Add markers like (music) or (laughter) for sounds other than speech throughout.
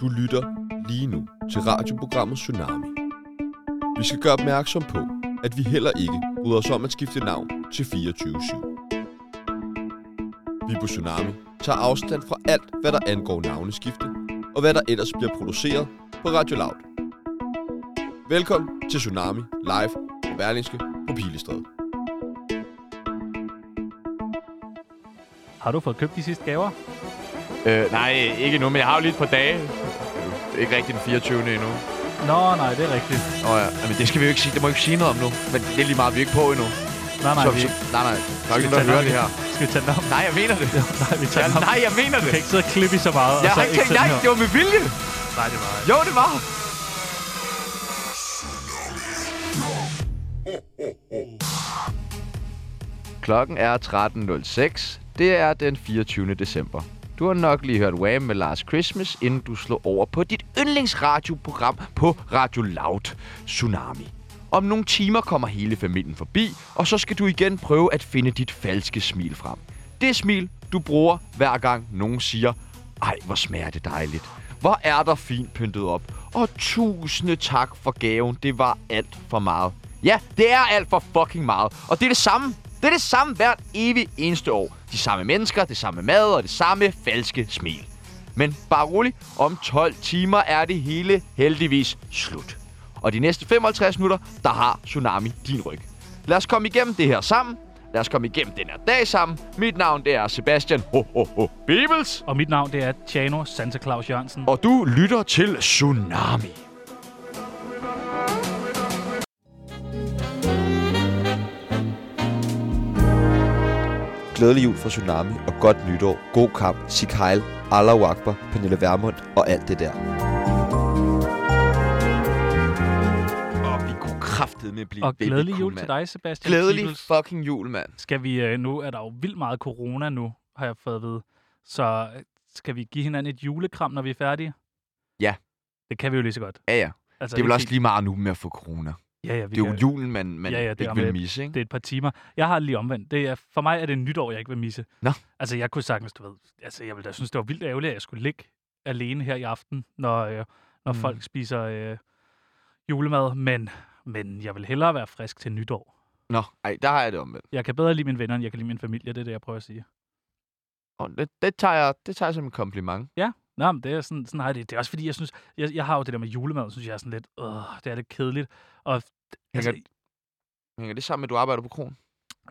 Du lytter lige nu til radioprogrammet Tsunami. Vi skal gøre opmærksom på, at vi heller ikke bryder os om at skifte navn til 24-7. Vi på Tsunami tager afstand fra alt, hvad der angår navneskifte, og hvad der ellers bliver produceret på Radio Loud. Velkommen til Tsunami Live på Berlingske på Pilestræde. Har du fået købt de sidste gaver? Øh, nej, ikke nu, men jeg har jo lige et par dage. Øh, Ikke rigtig den 24. endnu. Nå, nej, det er rigtigt. Nå ja, men det skal vi jo ikke sige. Det må vi ikke sige noget om nu. Men det er lige meget, vi er ikke på endnu. Nej, nej, så, vi, så, nej, nej. Der er jo vi ikke nogen, der tage hører den det her. skal vi tage den op? Nej, jeg mener det. (laughs) nej, vi Ja, tager den op. nej, jeg mener Du det. kan ikke sidde og klippe i så meget. Jeg og så har ikke tænkt, sætte nej, den det op. var med vilje. Nej, det var ikke. Jo, det var. Klokken er 13.06. Det er den 24. december. Du har nok lige hørt Wham med Last Christmas, inden du slår over på dit yndlingsradioprogram på Radio Loud, Tsunami. Om nogle timer kommer hele familien forbi, og så skal du igen prøve at finde dit falske smil frem. Det smil, du bruger hver gang nogen siger, ej, hvor smager det dejligt. Hvor er der fint pyntet op. Og tusinde tak for gaven. Det var alt for meget. Ja, det er alt for fucking meget. Og det er det samme. Det er det samme hvert evig eneste år. De samme mennesker, det samme mad og det samme falske smil. Men bare rolig, om 12 timer er det hele heldigvis slut. Og de næste 55 minutter, der har Tsunami din ryg. Lad os komme igennem det her sammen. Lad os komme igennem den her dag sammen. Mit navn, det er Sebastian ho, ho, ho. Bibels. Og mit navn, det er Tjano Santa Claus Jørgensen. Og du lytter til Tsunami. Glædelig jul fra Tsunami og godt nytår. God kamp. Sig hejl. Allah Akbar, Pernille Vermund og alt det der. Og vi kunne kraftedeme med blive Og baby glædelig cool, jul mand. til dig, Sebastian. Glædelig Pibels. fucking jul, mand. Skal vi, øh, nu er der jo vildt meget corona nu, har jeg fået at vide. Så øh, skal vi give hinanden et julekram, når vi er færdige? Ja. Det kan vi jo lige så godt. Ja, ja. Altså, Det er vel ikke også lige meget nu med at få corona. sige- Ja, ja, vi Det er jo kan- julen, man, man Ja, ja, ja, det ja, ikke er om vil lidt. misse, ikke? Det er et par timer. Jeg har det lige omvendt. Det er, for mig er det nytår, jeg ikke vil misse. Nå. Altså, jeg kunne sagtens, du ved, altså, jeg ville da synes, det var vildt ærgerligt, at jeg skulle ligge alene her i aften, når, øh, når mm. Mm. folk spiser øh, julemad. Men, men jeg vil hellere være frisk til nytår. Nå, ej, der har jeg det omvendt. Jeg kan bedre lide mine venner, end jeg kan lide min familie. Det er det, jeg prøver at sige. Og det, det, tager jeg, det tager jeg som en kompliment. Nå, men det er sådan, sådan har jeg det. Det er også fordi, jeg synes, jeg, jeg har jo det der med julemad, synes jeg er sådan lidt, øh, det er lidt kedeligt. Og, altså, godt- Hænger det sammen med, at du arbejder på kronen?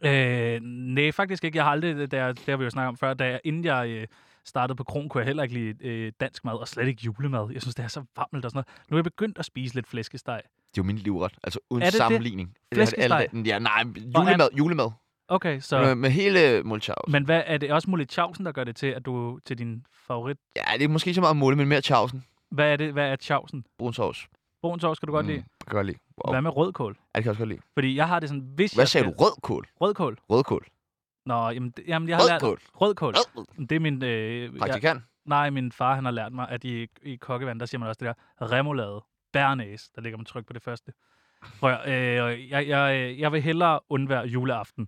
Øh, nej, faktisk ikke. Jeg har aldrig, det har, det har vi jo snakket om før, da jeg, inden jeg øh, startede på Kron, kunne jeg heller ikke lide øh, dansk mad, og slet ikke julemad. Jeg synes, det er så varmt og sådan noget. Nu er jeg begyndt at spise lidt flæskesteg. Det er jo min livret. Altså uden Er det det? sammenligning. Eller er det alle dage? Ja, nej, julemad. Julemad. Okay, så... Med, med hele Mulchaus. Øh, Men hvad, er det også Molly Chausen, der gør det til, at du til din favorit... Ja, det er måske ikke så meget måle, men mere Chausen. Hvad er det? Hvad er Chausen? Brun sovs. Brun sovs kan du godt mm. lide. Mm, jeg kan godt lide. Wow. Hvad med rødkål? Ja, det kan jeg også godt lide. Fordi jeg har det sådan... Hvis Hvad jeg sagde du? skal- Rødkål? Rødkål. Rødkål? Nå, jamen, det, jamen jeg har Rødkål? lært... Rødkål. Rødkål? Det er min... Øh, jeg, Praktikant? Nej, min far han har lært mig, at i, i kokkevand, der siger man også det der remoulade, bernæs, der ligger man tryk på det første. Prøv, at- øh, jeg, jeg, jeg vil hellere undvære juleaften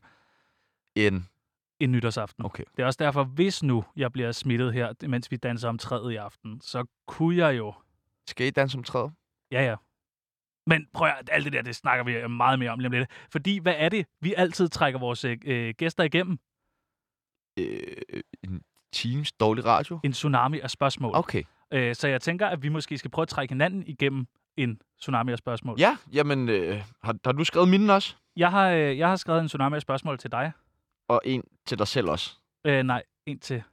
En. end nytårsaften. Okay. Det er også derfor, hvis nu jeg bliver smittet her, mens vi danser om træet i aften, så kunne jeg jo... Skal I danse om træet? Ja, ja. Men prøv at alt det der, det snakker vi øh, meget mere om lige om lidt. Fordi hvad er det, vi altid trækker vores øh, gæster igennem? Øh, en times dårlig radio? En tsunami af spørgsmål. Okay. Øh, så jeg tænker, at vi måske skal prøve at trække hinanden igennem en tsunami af spørgsmål. Ja, jamen, øh, har, har du skrevet mine også? Jeg har, øh, jeg har skrevet en tsunami af spørgsmål til dig. Og en til dig selv også. Øh, nej, en til...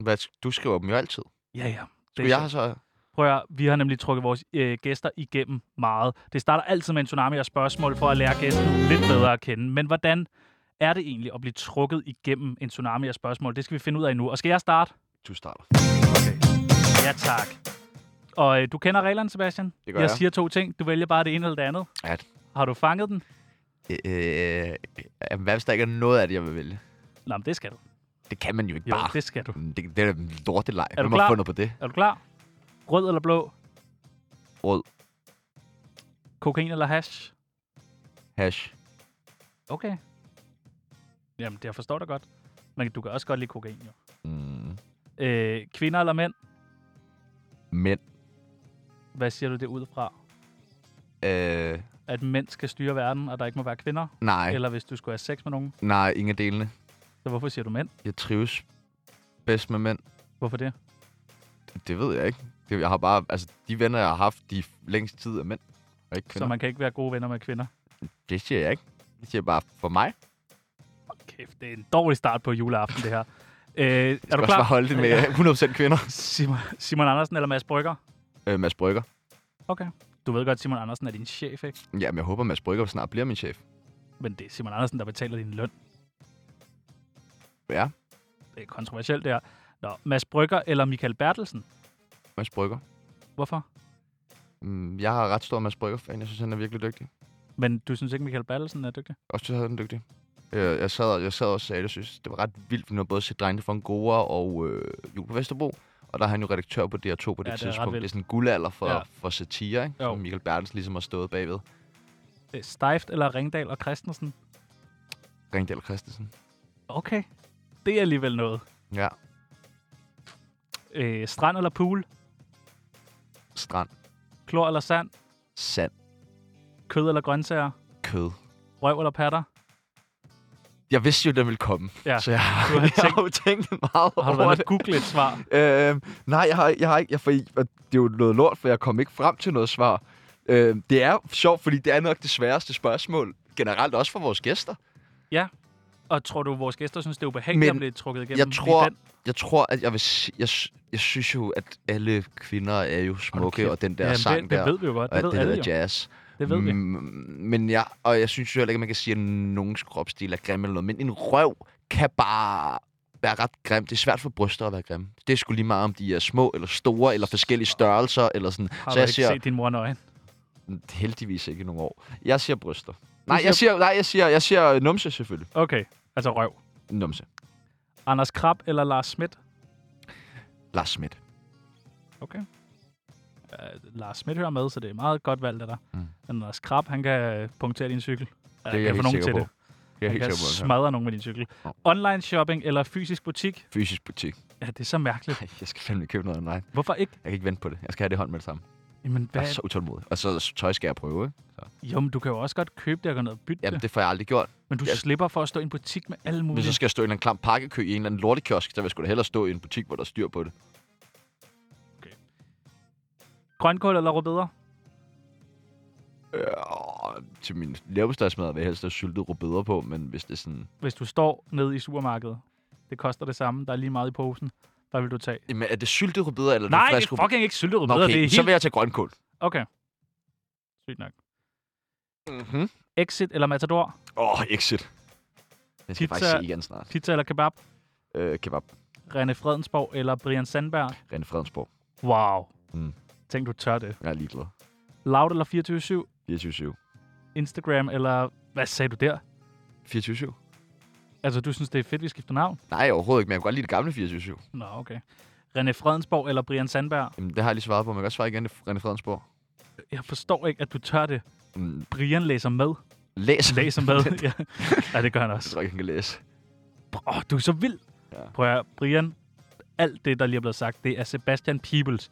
Hvad, sk- du skriver dem jo altid. Ja, ja. Det er Skulle jeg have sjovt. så... Prøv at, høre, vi har nemlig trukket vores øh, gæster igennem meget. Det starter altid med en tsunami af spørgsmål for at lære gæsten lidt bedre at kende. Men hvordan er det egentlig at blive trukket igennem en tsunami af spørgsmål? Det skal vi finde ud af nu. Og skal jeg starte? Du starter. Ja, tak. Og øh, du kender reglerne, Sebastian? Det gør jeg. jeg. siger to ting. Du vælger bare det ene eller det andet. Ja. Har du fanget den? Øh, øh, hvad hvis der ikke er noget af det, jeg vil vælge? Nå, men det skal du. Det kan man jo ikke Jo, bare. det skal du. Mm, Det, det er en lortelej. Er du Hvem har klar? fundet på det? Er du klar? Rød eller blå? Rød, Kokain eller hash? hash, Okay. Jamen, det jeg forstår dig godt. Men du kan også godt lide kokain, jo. mm, Øh, kvinder eller mænd? mænd, Hvad siger du det ud fra? Øh, At mænd skal styre verden, og der ikke må være kvinder? nej, Ej. Eller hvis du skulle have sex med nogen? nej, ingen af delene. Så hvorfor siger du mænd? Jeg trives bedst med mænd. Hvorfor det? Det ved jeg ikke. Det, jeg har bare, altså, de venner, jeg har haft, de længst tid er mænd, og ikke Kvinder. Så kvinder. Man... man kan ikke være gode venner med kvinder. Det siger jeg ikke. Det siger jeg bare for mig. Kæft, det er en dårlig start på juleaften, det her. (laughs) Øh, er du Jeg skal også bare klar? holde det med (laughs) 100% kvinder. Simon, Simon Andersen eller Mads Brygger? Øh, Mads Brygger. Okay. Du ved godt, Simon Andersen er din chef, ikke? Jamen, jeg håber, Mads Brygger snart bliver min chef. Men det er Simon Andersen, der betaler din løn. Ja, Det er kontroversielt, det her. Nå, Mads Brygger eller Michael Bertelsen? Mads Brygger. Hvorfor? Mm, Jeg har ret stor Mads Brygger-fan. Jeg synes, han er virkelig dygtig. Men du synes ikke, Michael Bertelsen er dygtig? Også synes, han er dygtig. Øh, Jeg sad, jeg sad også og sagde, at jeg synes, det var ret vildt, for nu har både set drengene fra Angora og øh, Jul på Vesterbro. Og der er han jo redaktør på DR2 på det, ja, det er ret det tidspunkt. vildt. Det er sådan en guldalder for, Ja. ja. for satire, ikke? Jo. som Michael Bertens ligesom har stået bagved. Øh, Steift eller Ringdal og Christensen? Ringdal Christensen. Okay. Det er alligevel noget. Ja, Øh, strand eller pool? strand, Klor eller sand? sand, Kød eller grøntsager? kød. Røv eller patter? Jeg vidste jo, den ville komme, Ja. så jeg, har, Du har jeg tænkt- har jo tænkt meget Har du over været det. at google et svar? Øh, nej, jeg har, jeg har ikke. Jeg, for, det er jo noget lort, for jeg kom ikke frem til noget svar. Øh, det er sjovt, fordi det er nok det sværeste spørgsmål. Generelt også for vores gæster. Og tror du, vores gæster synes, det er ubehageligt Men at blive trukket igennem? jeg lige tror- den? Jeg tror, at jeg vil... s- Jeg, s- jeg synes jo, at alle kvinder er jo kæft. smukke, og den der Jamen, sang det, der, det ved vi jo godt. og alt Det ved det alle der jo. jazz. Det ved vi. Mm, men jeg, og jeg synes jo heller ikke, at man kan sige, at nogens kropsdel er grim eller noget, men en røv kan bare være ret grim. Det er svært for bryster at være grimme. Det er sgu lige meget, om de er små eller store, eller forskellige størrelser, eller sådan. Har så du jeg ikke siger, set din mor nøgen? heldigvis ikke i nogle år. Jeg siger bryster. Nej, siger- jeg siger, nej, jeg siger, jeg siger øh, numse selvfølgelig. Okay, altså røv. Numse. Anders Krab eller Lars Schmidt? Lars Schmidt. Okay. Uh, Lars Schmidt hører med, så det er meget godt valgt af dig. Mm. Mm. Men Lars Krab, han kan øh, punktere din cykel. Det er jeg helt sikker på. Det er helt Han kan sikker på. altså. smadre nogen med din cykel. Nå. Online shopping eller fysisk butik? Fysisk butik. Ja, det er så mærkeligt. Ej, jeg skal fandme købe noget online. Hvorfor ikke? Jeg kan ikke vente på det. Jeg skal have det i hånden med det samme. Jamen, Jeg hvad? er så utålmodig. Og så tøj skal jeg prøve, ikke? Jo, men du kan jo også godt købe det og gøre noget bytte. Jamen, det får jeg aldrig gjort. men du ja. slipper for at stå i en butik med alle Hvis mulige. jeg skal stå i en eller anden klam pakkekø i en eller anden lortekiosk, så vil jeg sgu da hellere stå i en butik, hvor der er styr på det. Grønkål eller rødbeder? Øh, til min leverpostejsmad vil jeg helst have syltet rubeder på, men hvis det er sådan... Hvis du står nede i supermarkedet, det koster det samme, der er lige meget i posen, hvad vil du tage? Jamen, er det syltet rubeder, eller er Nej, det det frisk er fucking ikke syltet rødbeder. okay, Okay, det er helt... så vil jeg tage grønkål. Okay. Sygt nok. Mhm. Exit eller Matador? Åh, oh, Exit. Den skal jeg Pizza. faktisk se igen snart. Pizza eller kebab? Øh, kebab. René Fredensborg eller Brian Sandberg? Rene Fredensborg. Wow. Mm. Mm. Tænk, du tør det. Jeg er ligeglad. Loud eller 24-7. 24-7? Instagram eller... Hvad sagde du der? 24-7? Altså, du synes, det er fedt, vi skifter navn? Nej, overhovedet ikke, men jeg kan godt lide det gamle 24-7. Nå, okay. René Fredensborg eller Brian Sandberg? Jamen, det har jeg lige svaret på. Man kan godt svare igen, det er Rene Fredensborg. Jeg forstår ikke, at du tør det. Mm, Brian læser med. læs. Læser (laughs) med. ja. ja, det gør han Jeg også. tror ikke, han kan læse. Åh, oh, du er så vild. Ja. Ja. Prøv at høre, Brian, alt det, der lige er blevet sagt, det er Sebastian Peebles.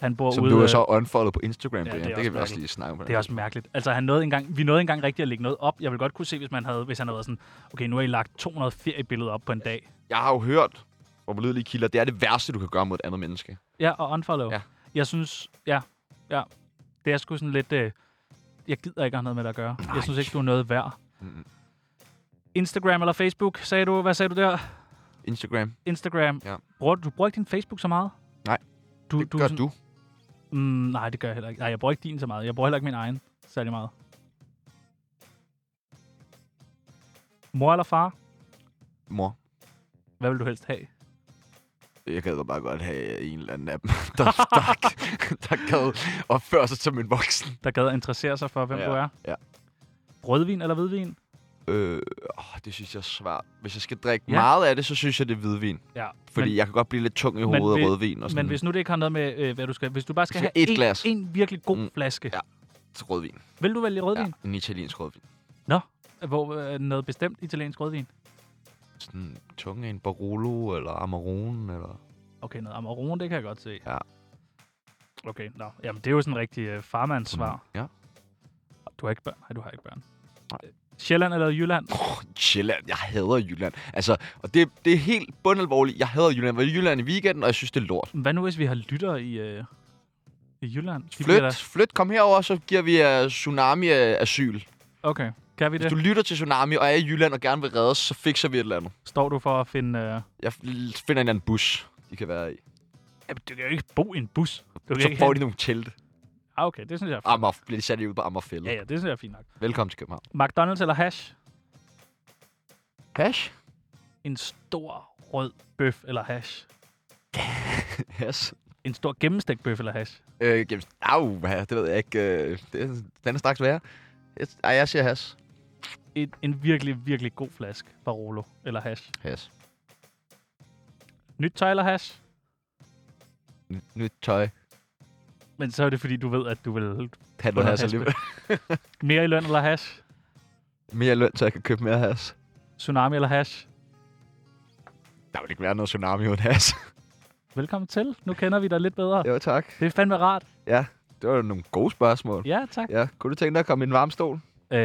Han bor Som ude... du er øh, så unfollow på Instagram, Ja, ja, Brian. det er Det, det også kan vi også mærkeligt. lige snakke om. Det er også mærkeligt. Altså, han nåede engang, vi nåede engang rigtigt at lægge noget op. Jeg ville godt kunne se, hvis, man havde, hvis han havde været sådan, okay, nu har I lagt 200 feriebilleder op på en dag. Jeg har jo hørt fra pålidelige kilder, det er det værste, du kan gøre mod et andet menneske. Ja, og unfollow. Ja. Ja. Jeg synes, ja, ja. Det er sgu sådan lidt, øh, jeg gider ikke have noget med dig at gøre. Nej. Jeg synes ikke, du er noget værd. Mm. Instagram eller Facebook, sagde du? Hvad sagde du der? Instagram, Instagram. Ja. Bruger du, du bruger ikke din Facebook så meget? Nej. Du, det du, gør sådan, du. Mm, nej, det gør jeg heller ikke. Nej, jeg bruger ikke din så meget. Jeg bruger heller ikke min egen særlig meget. Mor eller far? Mor, Hvad vil du helst have? jeg gad da bare godt have en eller anden af dem, (laughs) der, (laughs) der, der gad opføre sig som en voksen. der gad at interessere sig for, hvem Ja, du er. ja. Rødvin eller hvidvin? Øh, åh, det synes jeg er svært. Hvis jeg skal drikke Ja. ja. meget af det, så synes jeg, det er hvidvin. Ja. Fordi men, men, jeg kan godt blive lidt tung i hovedet hvis- af rødvin og sådan men hvis nu det ikke har noget med, øh, hvad du skal... Hvis du bare skal have Hvis jeg et glas. en, en virkelig god mm. Mm. flaske. Ja. Ja. rødvin. Vil du vælge rødvin? Ja, en italiensk rødvin. Ja. Hvor, øh, noget bestemt italiensk rødvin? Sådan tunge af en Barolo eller Amarone eller... Okay, noget Amarone, det kan jeg godt se. Ja. Okay, nå. Jamen, det er jo sådan en rigtig øh, farmandssvar. Ja. Du har ikke børn? Nej, du har ikke børn. Øh, Sjælland eller Jylland? Sjælland. Jeg hader Jylland. Altså, og det, det er helt bundalvorligt. Jeg hader Jylland. Jeg var i Jylland i weekenden, og jeg synes, det er lort. Hvad nu, hvis vi har lyttere i, øh, i Jylland? De bliver Flyt, flyt, kom herover, så giver vi uh, Tsunami uh, asyl. da- Okay, kan vi Hvis det? du lytter til Tsunami og er i Jylland og gerne vil reddes, så fikser vi et eller andet. Står du for at finde... Øh... Jeg f- finder en eller anden bus, de kan være i. Jamen, du kan jo ikke bo i en bus. Du kan Så ikke får de nogle telte. Ah, okay, det synes jeg er fint. Amager, bliver de sat ud på Amagerfælde. Ja, ja, det synes jeg er fint nok. Velkommen til København. McDonald's eller hash? Hash? En stor rød bøf eller hash? Hash. En stor gennemstegt bøf eller hash? Øh, jamen, au, hvad, det ved jeg ikke. Øh, det er, den er straks værre. Jeg- Ej, jeg siger hash. En, en virkelig, virkelig god flaske Barolo eller hash? Hash. Nyt tøj eller hash? N- nyt tøj. Men så er det, fordi du ved, at du vil Tag Under noget hash hash. alligevel. mere i løn eller hash? Mere løn, så jeg kan købe mere hash. Tsunami eller hash? Der vil ikke være noget tsunami uden (laughs) hash. Velkommen til. Nu kender vi dig lidt bedre. jo, tak. Det er fandme rart. Det var nogle gode spørgsmål. Ja, tak. Ja, kunne du tænke dig at komme i en varm stol? Øh,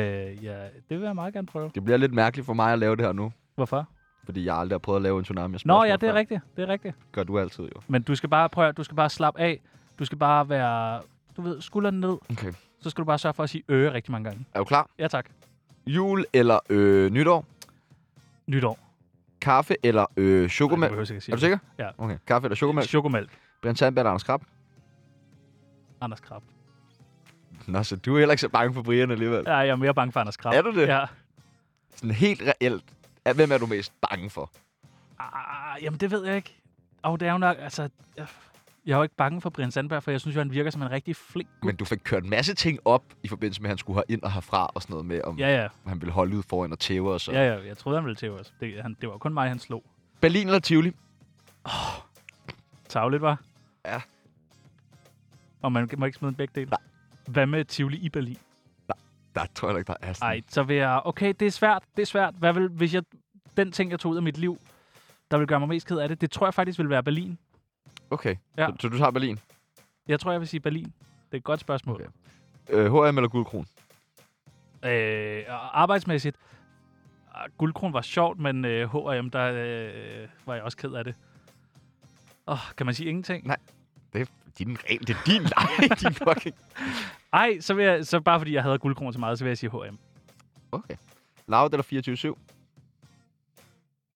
ja, det vil jeg meget gerne prøve. Det bliver lidt mærkeligt for mig at lave det her nu, Hvorfor? fordi jeg aldrig har prøvet at lave en tsunami. Nå, ja, det er rigtigt. Det er rigtigt. rigtigt. Gør du altid jo. Men du skal bare prøve, du skal bare slappe af. Du skal bare være, du ved, skulderen ned. Okay. Så skal du bare sørge for at sige øh rigtig mange gange. Er du klar? Ja, tak. Jul eller øh, nytår? Nytår. Kaffe eller øh, Ej, du chokomælk? behøver sikkert sige Er du sikker? Ja. Okay. Kaffe eller det. chokomælk? Chokomælk. Brian Sandberg eller Anders Krab? Anders Krab. Nå, så du er heller ikke så bange for Brian alligevel. Ja, jeg er mere bange for Anders Krab. Er du det? Ja. Sådan helt reelt. Ja, Hvem er du mest bange for? Ah, jamen, det ved jeg ikke. Og det er jo nok, altså... Jeg, jeg er jo ikke bange for Brian Sandberg, for jeg synes jo, han virker som en rigtig flink gut. Men du fik kørt en masse ting op i forbindelse med, at han skulle have ind og herfra og sådan noget med, om ja. Ja, ja. han ville holde ud foran og tæve og så. Ja. Ja, ja. Jeg troede, han ville til os. Det, han, det var kun mig, han slog. Berlin eller Tivoli? Tavligt, var. Ja. Og man må ikke smide en begge dele. Nej. Hvad med Tivoli i Berlin? Der tror jeg da ikke, der er sådan. Nej, så vil jeg... Okay, det er svært. Det er svært. Hvad vil, hvis jeg... Den ting, jeg tog ud af mit liv, der vil gøre mig mest ked af det, det tror jeg faktisk vil være Berlin. Okay, Ja. ja. så, så du tager Berlin. Jeg tror, jeg vil sige Berlin. Det er et godt spørgsmål. Okay. Øh, H&M eller Guldkron? Øh, og arbejdsmæssigt, ah, Guldkron var sjovt, men øh, H&M, der øh, var jeg også ked af det. Åh, kan man sige ingenting? Det er din regel. Det er din (laughs) leg. din fucking... Ej, så, vil jeg, så bare fordi jeg havde Guldkron så meget, så vil jeg sige H&M. Okay. Loud eller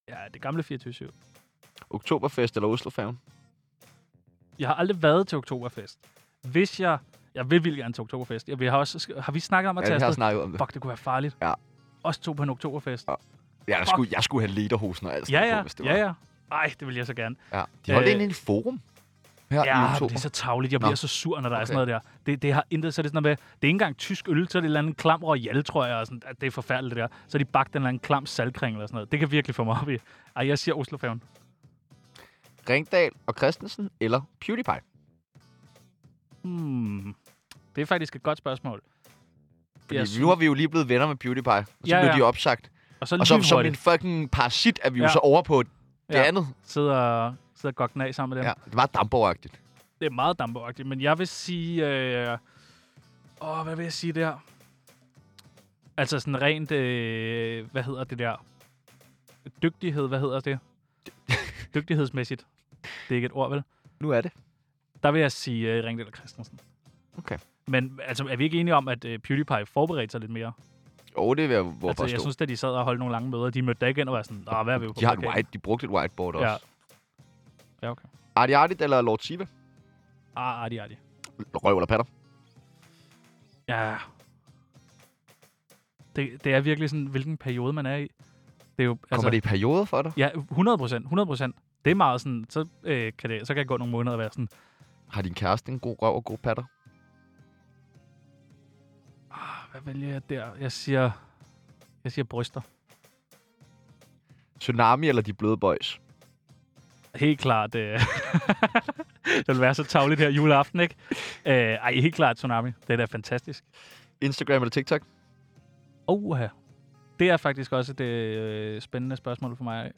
Ja, det gamle 24-7. 24-7? Oktoberfest eller Oslofaven? Jeg har aldrig været til Oktoberfest. Hvis jeg... Jeg vil vildt gerne til Oktoberfest. Jeg, vi har, også, har vi snakket om at Ja, tage vi har afsted? snakket om det. Fuck, det kunne være farligt. Ja. Også to på en Oktoberfest. Ja, Ja, jeg, fuck. skulle, jeg skulle have lederhosen og alt Ja, sådan noget ja, på, hvis det var. ja, ja. Ej, det vil jeg så gerne. ja. De holdt Øh, øh, egentlig et forum her Ja, i men oktober. det er så tavligt. Jeg Nå. bliver så sur, når der okay. er sådan Okay. noget der. Det, det har intet, så er det sådan noget med, det er ikke engang tysk øl, så er det en eller anden klam royal, tror jeg, og sådan, at det er forfærdeligt det der. Så har de bagt en eller anden klam saltkring eller sådan noget. Det kan virkelig få mig op i. Ej, jeg siger Oslofaven. Ringdal og Christensen eller PewDiePie? Hmm. Det er faktisk et godt spørgsmål. Fordi Jeg yes. nu er vi jo lige blevet venner med PewDiePie, og så Ja, ja, blev ja. de opsagt. Og så Og så lige som en hurtigt fucking parasit er vi jo Ja. så over på det Ja. andet. sidder, sidder godt af sammen med dem. Ja. Det er meget damborgagtigt. Det er meget damperagtigt, men jeg vil sige... Øh, åh, hvad vil jeg sige der? Altså sådan rent... Øh, hvad hedder det der? Dygtighed, hvad hedder (laughs) det? Dygtighedsmæssigt. Det er ikke et ord, vel? Nu er det. Der vil jeg sige øh, Ringdal og Christensen. Okay. Men altså, er vi ikke enige om, at øh, PewDiePie forberedte sig lidt mere? Jo, det vil jeg hvor altså, altså, jeg synes, at de sad og holdt nogle lange møder, de mødte dig igen og var sådan, ah, hvad er vi på? de, har et plakaten?" white, de brugte et whiteboard Ja. også. Ja, okay. Arti Artit eller Lord Siva? Ah, arti, arti. Røv eller patter? Ja. Det, det er virkelig sådan, hvilken periode man er i. Det er jo, altså, Kommer det i perioder for dig? Ja, 100 procent. 100 procent. Det er meget sådan, så, øh, kan det, så kan jeg gå nogle måneder og være sådan, Har din kæreste en god røv og god patter? "Ah, hvad vælger jeg der? Jeg siger, jeg siger bryster. Tsunami eller de bløde boys? Helt klart, øh, (laughs) det vil være så tavligt her juleaften, ikke? Øh, ej, helt klart tsunami. Det er da fantastisk. Instagram eller TikTok? Oha. Det er faktisk også et øh, spændende spørgsmål for mig.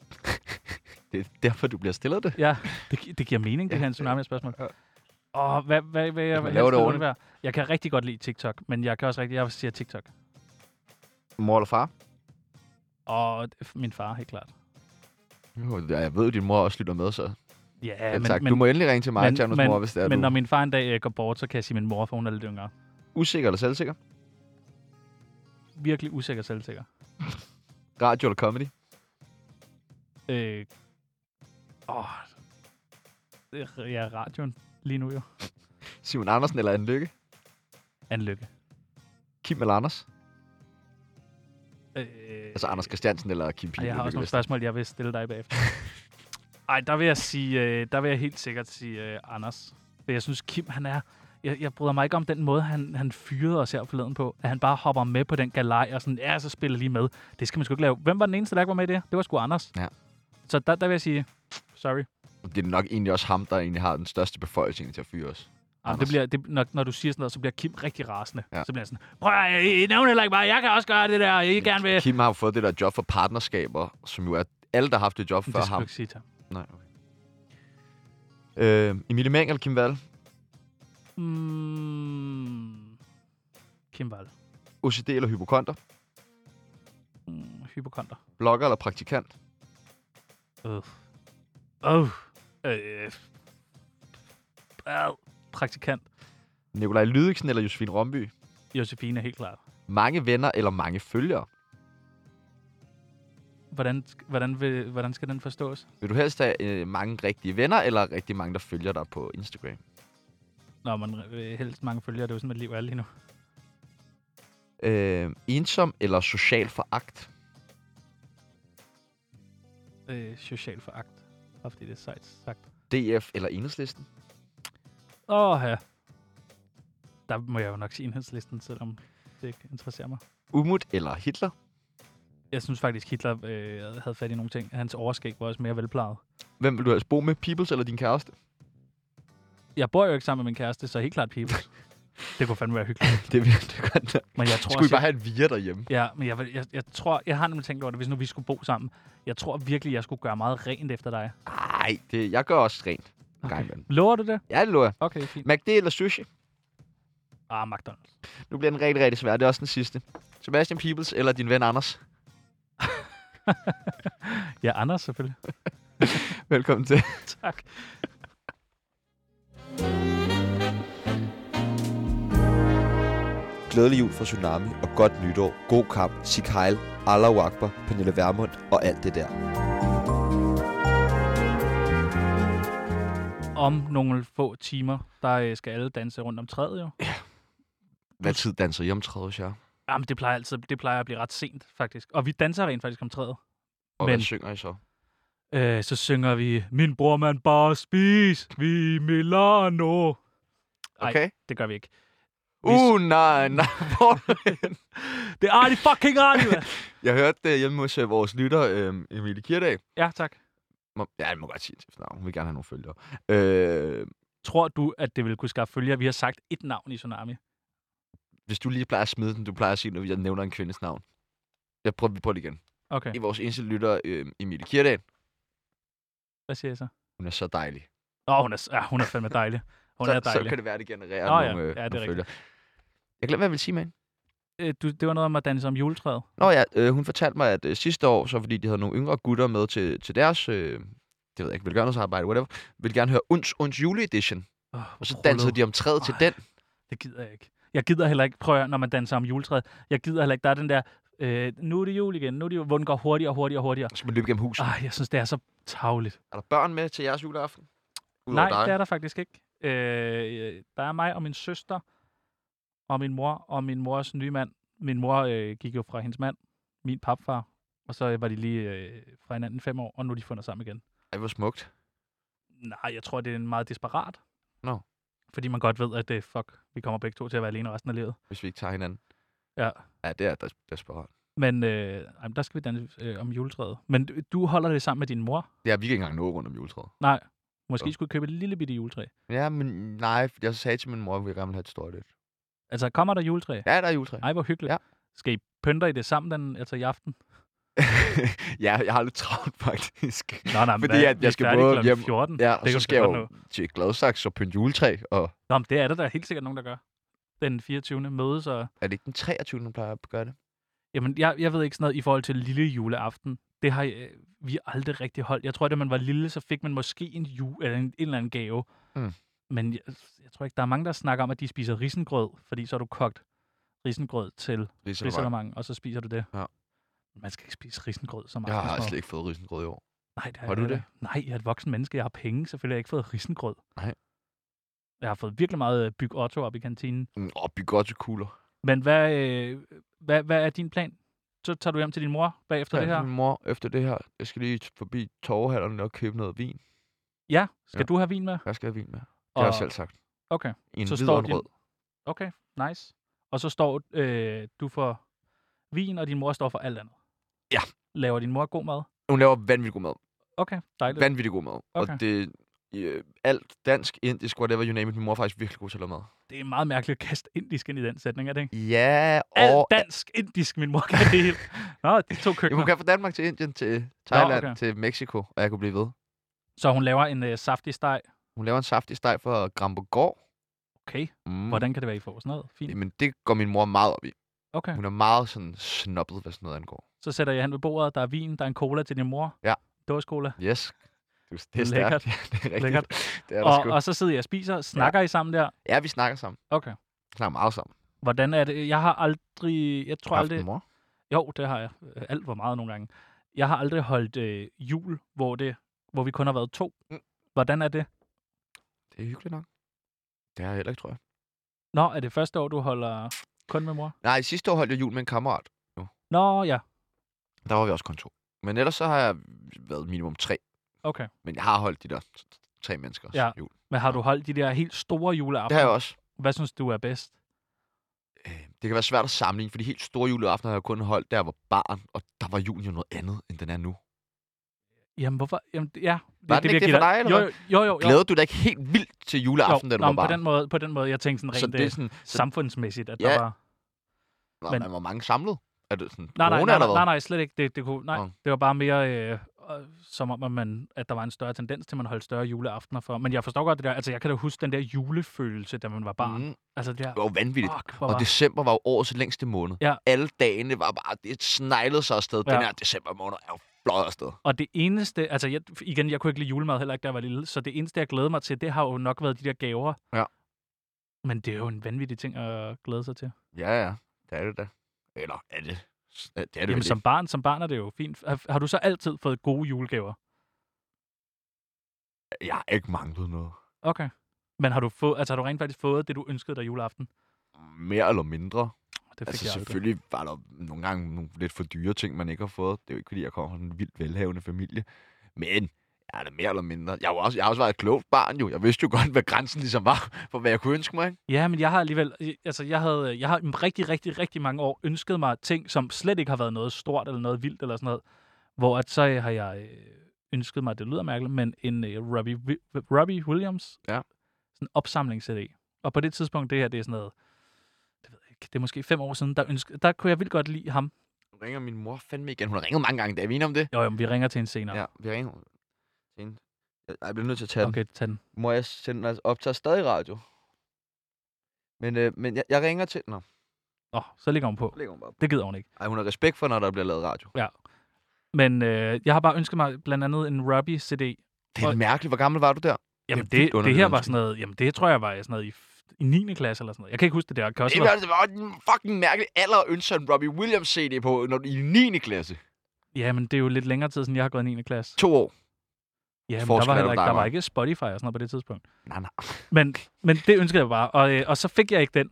Det er derfor, du bliver stillet det. Ja, det, gi- det giver mening, det Ja, her en tsunami-spørgsmål. ja. Åh, hvad, hvad, hvad, jeg, man helst laver det vil ordentligt. undvære? jeg kan rigtig godt lide TikTok, men jeg kan også rigtig, jeg siger TikTok. Mor eller far? Og f- min far, helt klart. Jo, jeg ved, at din mor også lytter med, så. Ja, Ja, men, tak. du må endelig ringe til mig, Tjernos mor, hvis det er, men du når er min far en dag øh, går bort, så kan jeg sige min mor, for hun er lidt yngre. usikker eller selvsikker. Virkelig usikker selvsikker. Radio eller comedy? Øh, åh, det er ja, radioen lige nu jo. Simon Andersen eller Anne Lykke? Anlykke. Kim eller Anders? Øh, Altså Anders Christiansen eller Kim Pien? Ej, jeg har eller også Lykke nogle spørgsmål, jeg vil stille (laughs) dig bagefter. Ej, der vil jeg sige, øh, der vil jeg helt sikkert sige øh, Anders. For jeg synes, Kim, han er... Jeg, jeg bryder mig ikke om den måde, han, han fyrede os her forleden på. At han bare hopper med på den galej og sådan, ja, så spiller lige med. Det skal man sgu ikke lave. Hvem var den eneste, der ikke var med i det? Det var sgu Anders. Ja. Så der, der vil jeg sige, sorry. Vest? Det er nok egentlig også ham, der egentlig har den største beføjelse til at fyre os. Jamen, det Anders. bliver, det, når, når du siger sådan noget, så bliver Kim rigtig rasende. Ja. Ja. Så bliver han sådan, prøv at høre, I I nævner heller ikke mig, jeg kan også gøre det der, I gerne vil. Kim har jo fået det der job for partnerskaber, som jo er alle, der har haft det job Men før Det skal du ham. ikke sige til ham. Nej, okay. Øh, Emilie Meng eller Kim Wall? Mm, Kim Wall. OCD eller hypokonter? Mm, hypokonter. Blogger eller praktikant? Øh. Øh. Øh. Ad. Praktikant. Nikolaj Lydiksen eller Josefine Romby? Josefine er helt klart. Mange venner eller mange følgere? Hvordan, hvordan, vil, hvordan skal den forstås? Vil du helst have øh, mange rigtige venner, eller rigtig mange, der følger dig på Instagram? Nå, man øh, helst mange følgere. Det er jo sådan, mit liv er lige nu. Øh, ensom eller social foragt? Øh, social foragt. Bare fordi det er sejt sagt. DF eller enhedslisten? Åh, ja. Der må jeg jo nok sige enhedslisten, selvom det ikke interesserer mig. Umut eller Hitler? Jeg synes faktisk, Hitler øh, havde fat i nogle ting. Hans overskæg var også mere velplejet. Hvem vil du helst bo med? Peoples eller din kæreste? (laughs) Jeg bor jo ikke sammen med min kæreste, så helt klart (laughs) Peoples. det kunne fandme være hyggeligt. Det er virkelig godt. nok. Men jeg tror Skulle vi også, bare have en via derhjemme? Ja, men jeg, vil- jeg, jeg tror, jeg har nemlig tænkt over det, hvis nu vi skulle bo sammen. Jeg tror virkelig, jeg skulle gøre meget rent efter dig. Nej, det, jeg gør også rent. Okay. Lover du det? Ja, det lover jeg. Okay, fint. McD eller sushi? Ah, McDonald's. Nu bliver den rigtig, rigtig svær. Det er også den sidste. Sebastian Peoples eller din ven Anders? Ja, Anders selvfølgelig. Velkommen til. (laughs) tak. Glædelig jul fra Tsunami og godt nytår. God kamp, Sig Heil, Allahu Akbar, Pernille Vermund og alt det der. Om nogle få timer, der øh, skal alle danse rundt om træet jo. Hvad tid danser I om 30 år? Jamen, det plejer altid det plejer at blive ret sent, faktisk. Og vi danser rent faktisk om træet. Og hvad Men- synger I så? Øh, så synger vi, min bror man bare spis, vi i Milano. Ej. Okay. Det gør vi (laughs) ikke. Vi- Uh, nej, nej. Hvor (laughs) er du henne? Det er Arnie fucking Arnie, mand! Jeg hørte det hjemme hos øh, vores lytter, øh, Emilie Kirdag. Ja, tak. Må, ja, jeg må godt sige det efternavn. Hun vil gerne have nogle følgere. Øh, Tror du, at det ville kunne skaffe følgere? Vi har sagt et navn i Tsunami. hvis du lige plejer at smide den, du plejer at sige, når jeg nævner en kvindes navn. Jeg prøver, vi prøver det igen. Okay, I vores eneste lytter, øh, Emilie Kirdag. hvad siger jeg så? Hun er så dejlig. Åh, hun er, ja, hun er fandme dejlig. Hun så, er Så dejlig. kan det være, at det genererer Nå ja, nogle, øh, ja, det er nogle rigtigt. følgere. Jeg glemte, hvad jeg ville sige, mand. Øh, Du, det var noget om at danse om juletræet. Nå ja, øh, hun fortalte mig, at øh, sidste år, så fordi de havde nogle yngre gutter med til, til deres, øh, det ved jeg ikke, velgørenhedsarbejde, whatever, ville gerne høre Uns, Uns juleedition. Oh, Og så dansede de om træet til Ej. den. Det gider jeg ikke. Jeg gider heller ikke, prøv at høre, når man danser om juletræet. Jeg gider heller ikke, der er den der, øh, nu er det jul igen, nu er det jul, hvor den går hurtigere og hurtigere og hurtigere. Så man løb gennem huset. Ej, jeg synes, det er så tavligt. Er der børn med til jeres juleaften? Udover Nej, dig? det er der faktisk ikke. Øh, øh, der er mig og min søster, og min mor, og min mors nye mand. Min mor øh, gik jo fra hendes mand, min papfar, og så øh, var de lige øh, fra hinanden i fem år, og nu er de fundet sammen igen. Ej, hvor smukt. Nej, jeg tror, det er en meget desperat. Nå. Fordi man godt ved, at det fuck, vi kommer begge to til at være alene resten af livet. Hvis vi ikke tager hinanden. Ja. Ja, det er des- desperat. Men øh, ej, men der skal vi danse øh, om juletræet. Men du- du holder det sammen med din mor. Ja, vi kan ikke engang nå rundt om juletræet. Nej, måske Jo. skulle I købe et lille bitte juletræ. Ja, men nej, for jeg sagde til min mor, at vi gerne ville have et stort et. Altså, kommer der juletræ? Ja, der er juletræ. Ej, hvor hyggeligt. Ja. Skal I pynte i det sammen den, altså i aften? (laughs) ja, jeg har lidt travlt, (laughs) faktisk. Nå, nej, men Fordi hvad? at Vi jeg er skal færdige både klokken hjem- 14. Ja, kan og så du skal da jeg godt jo nå. til Gladsaxe og pynte juletræ, og Nå, men det er der da helt sikkert nogen, der gør. Den 24. mødes og... er det ikke den 23. man plejer at gøre det? Jamen, jeg, jeg ved ikke sådan noget i forhold til lille juleaften. Det har øh, vi aldrig rigtig holdt. Jeg tror, da man var lille, så fik man måske en, ju, eller en, en eller anden gave. Mm. Men jeg, jeg tror ikke, der er mange, der snakker om, at de spiser risengrød, fordi så har du kogt risengrød til Ligesom risalamanden, og så spiser du det. Ja. Man skal ikke spise risengrød som Jeg har aftensmad. slet ikke fået risengrød i år. Nej, det har, Har du jeg det? ikke. Nej, jeg er et voksen menneske. Jeg har penge. Selvfølgelig har jeg ikke fået risengrød. Nej. Jeg har fået virkelig meget øh, byg Otto op i kantinen. Mm, Åh, bygottekugler. Men hvad, øh, hvad, hvad er din plan? Så tager du hjem til din mor bagefter Så det her? Min mor, efter det her, jeg skal lige t- forbi torvehallerne og købe noget vin. Ja, skal Ja. du have vin med? Hvad skal jeg have vin med? Det har jeg selv sagt. Okay, I en Så hvid står og en din- rød. okay, nice. Og så står øh, du for vin, og din mor står for alt andet? Ja. Laver din mor god mad? Hun laver vanvittig god mad. Okay, dejligt. Vanvittig god mad. Okay. Og det øh, alt dansk, indisk, whatever you name it. Min mor er faktisk virkelig god til at lave mad. Det er meget mærkeligt at kaste indisk ind i den sætning, er det ikke? Ja, Alt og... dansk, indisk, min mor kan det hele. Nå, de to Jamen, køkkener. (laughs) hun kan fra Danmark til Indien, til Thailand, okay. til Mexico, og jeg kunne blive ved. Så hun laver en øh, saftig steg. Hun laver en saftig steg for Grambogård. Okay, Mm. hvordan kan det være, I får sådan noget? Fint. Jamen, det går min mor meget op i. Okay, Hun er meget sådan snobbet, hvad sådan noget angår. så sætter jeg hen ved bordet. Der er vin, der er en cola til din mor. Ja. Dåsecola. Yes. Det, det er Lækkert. stærkt. Ja, (laughs) det er rigtigt. Lækkert. Det er der Og, sgu. og så sidder jeg og spiser. Snakker ja. I sammen der? Ja, vi snakker sammen. Okay. Vi snakker meget sammen. Hvordan er det? Jeg har aldrig... Jeg tror Haft aldrig... en mor. Jo, det har jeg. Øh, Alt for meget nogle gange. Jeg har aldrig holdt øh, jul, hvor, det, hvor vi kun har været to. Mm. Hvordan er det? Det er hyggeligt nok. Det har jeg heller ikke, tror jeg. Nå, er det første år, du holder kun med mor? Nej, sidste år holdt jeg jul med en kammerat. Nå, ja. Der var vi også kun to. Men ellers så har jeg været minimum tre. Okay. Men jeg har holdt de der t- t- tre menneskers Ja. jul. Men har du holdt de der helt store Det juleaften? har jeg også. Hvad synes du er bedst? Øh, Det kan være svært at sammenligne, for de helt store juleaftener har jeg kun holdt, da jeg var barn, og der var julen jo noget andet, end den er nu. Jamen, hvorfor? Jamen, det- ja. Var den ikke vil jeg det for give dig, eller Jo, hvad? jo, jo. jo, jo. Glæder du dig ikke helt vildt til juleaften, da du Nå, var men på barn? den måde, på den måde, jeg tænkte sådan rent så det er øh, sådan, så, samfundsmæssigt, at Ja, der var... nå, men- men, hvor mange samlet? Er det sådan Nej, nej, corona, nej, eller nej, hvad? nej, nej, slet ikke. Det, det, kunne, nej, Nå. det var bare mere øh, øh, som om, at, man, at der var en større tendens til, at man holdt større juleaftener for. Men jeg forstår godt det der. Altså, jeg kan da huske den der julefølelse, da man var barn. Mm. Mm, Altså, det der, det var jo vanvittigt. fuck, hvor Og var... Det... december var jo årets længste måned. Ja. Alle dagene var bare, det sneglede sig afsted. Ja. Den her december måned er jo fløjet afsted. Og det eneste, altså jeg, igen, jeg kunne ikke lide julemad heller ikke, da jeg var lille, så det eneste, jeg glædede mig til, det har jo nok været de der gaver. Ja. Men det er jo en vanvittig ting at glæde sig til. Ja, ja. Det er det da. Eller er det? Ja, Det er det Jamen, vel som ikke. barn, som barn er det jo fint. Har, har du så altid fået gode julegaver? Jeg har ikke manglet noget. Okay. Men har du, fået, altså, har du rent faktisk fået det, du ønskede dig juleaften? Mere eller mindre. Det fik altså jeg aldrig. selvfølgelig var der nogle gange nogle lidt for dyre ting, man ikke har fået. Det er jo ikke, fordi jeg kommer fra en vildt velhavende familie. Men jeg er da mere eller mindre. Jeg har jo også, jeg har også været et klogt barn jo. Jeg vidste jo godt, hvad grænsen ligesom var for, hvad jeg kunne ønske mig. Ikke? Ja, men jeg har alligevel, altså jeg, havde, jeg har i rigtig, rigtig, rigtig mange år ønsket mig ting, som slet ikke har været noget stort eller noget vildt eller sådan noget. Hvor at så øh, har jeg øh, ønsket mig, det lyder mærkeligt, men en øh, Robbie, Wi- Robbie Williams Ja. sådan opsamlings -CD. Og på det tidspunkt, det her, det er sådan noget, det ved jeg ikke, det er måske fem år siden, der, ønske, der kunne jeg vildt godt lide ham. Nu ringer min mor fandme igen. Hun har ringet mange gange, da vi er enige om det. Jo, jo, men vi ringer til en senere. Ja, vi ringer til hende. Jeg, jeg bliver nødt til at tage den. Okay, tag den. Må jeg sende den optager stadig radio? Men, øh, men jeg, jeg, ringer til... Nå, Nå, så ligger hun på. lægger hun bare på. Det gider hun ikke. Ej, hun har respekt for, når der bliver lavet radio. Men øh, jeg har bare ønsket mig blandt andet en Robbie-CD, Det er Og- mærkeligt. Hvor gammel var du der? Jamen, Det er det, vildt det, det underligt her var ønske. sådan noget, jamen, det tror jeg var sådan noget i, f- i 9. klasse eller sådan noget. Jeg kan ikke huske det der. Det Kan også Det have er altså en fucking mærkelig alder at ønske sig en Robbie Williams CD på, når du er i 9. klasse. været, jamen, det er jo lidt længere tid, siden jeg har gået i 9. klasse. To år. Jamen, der forskel var, er heller der ikke, dig der og var mig. ikke Spotify og sådan noget på det tidspunkt. Nej, nej. Men, men det ønskede jeg bare, og, øh, og så fik jeg ikke den.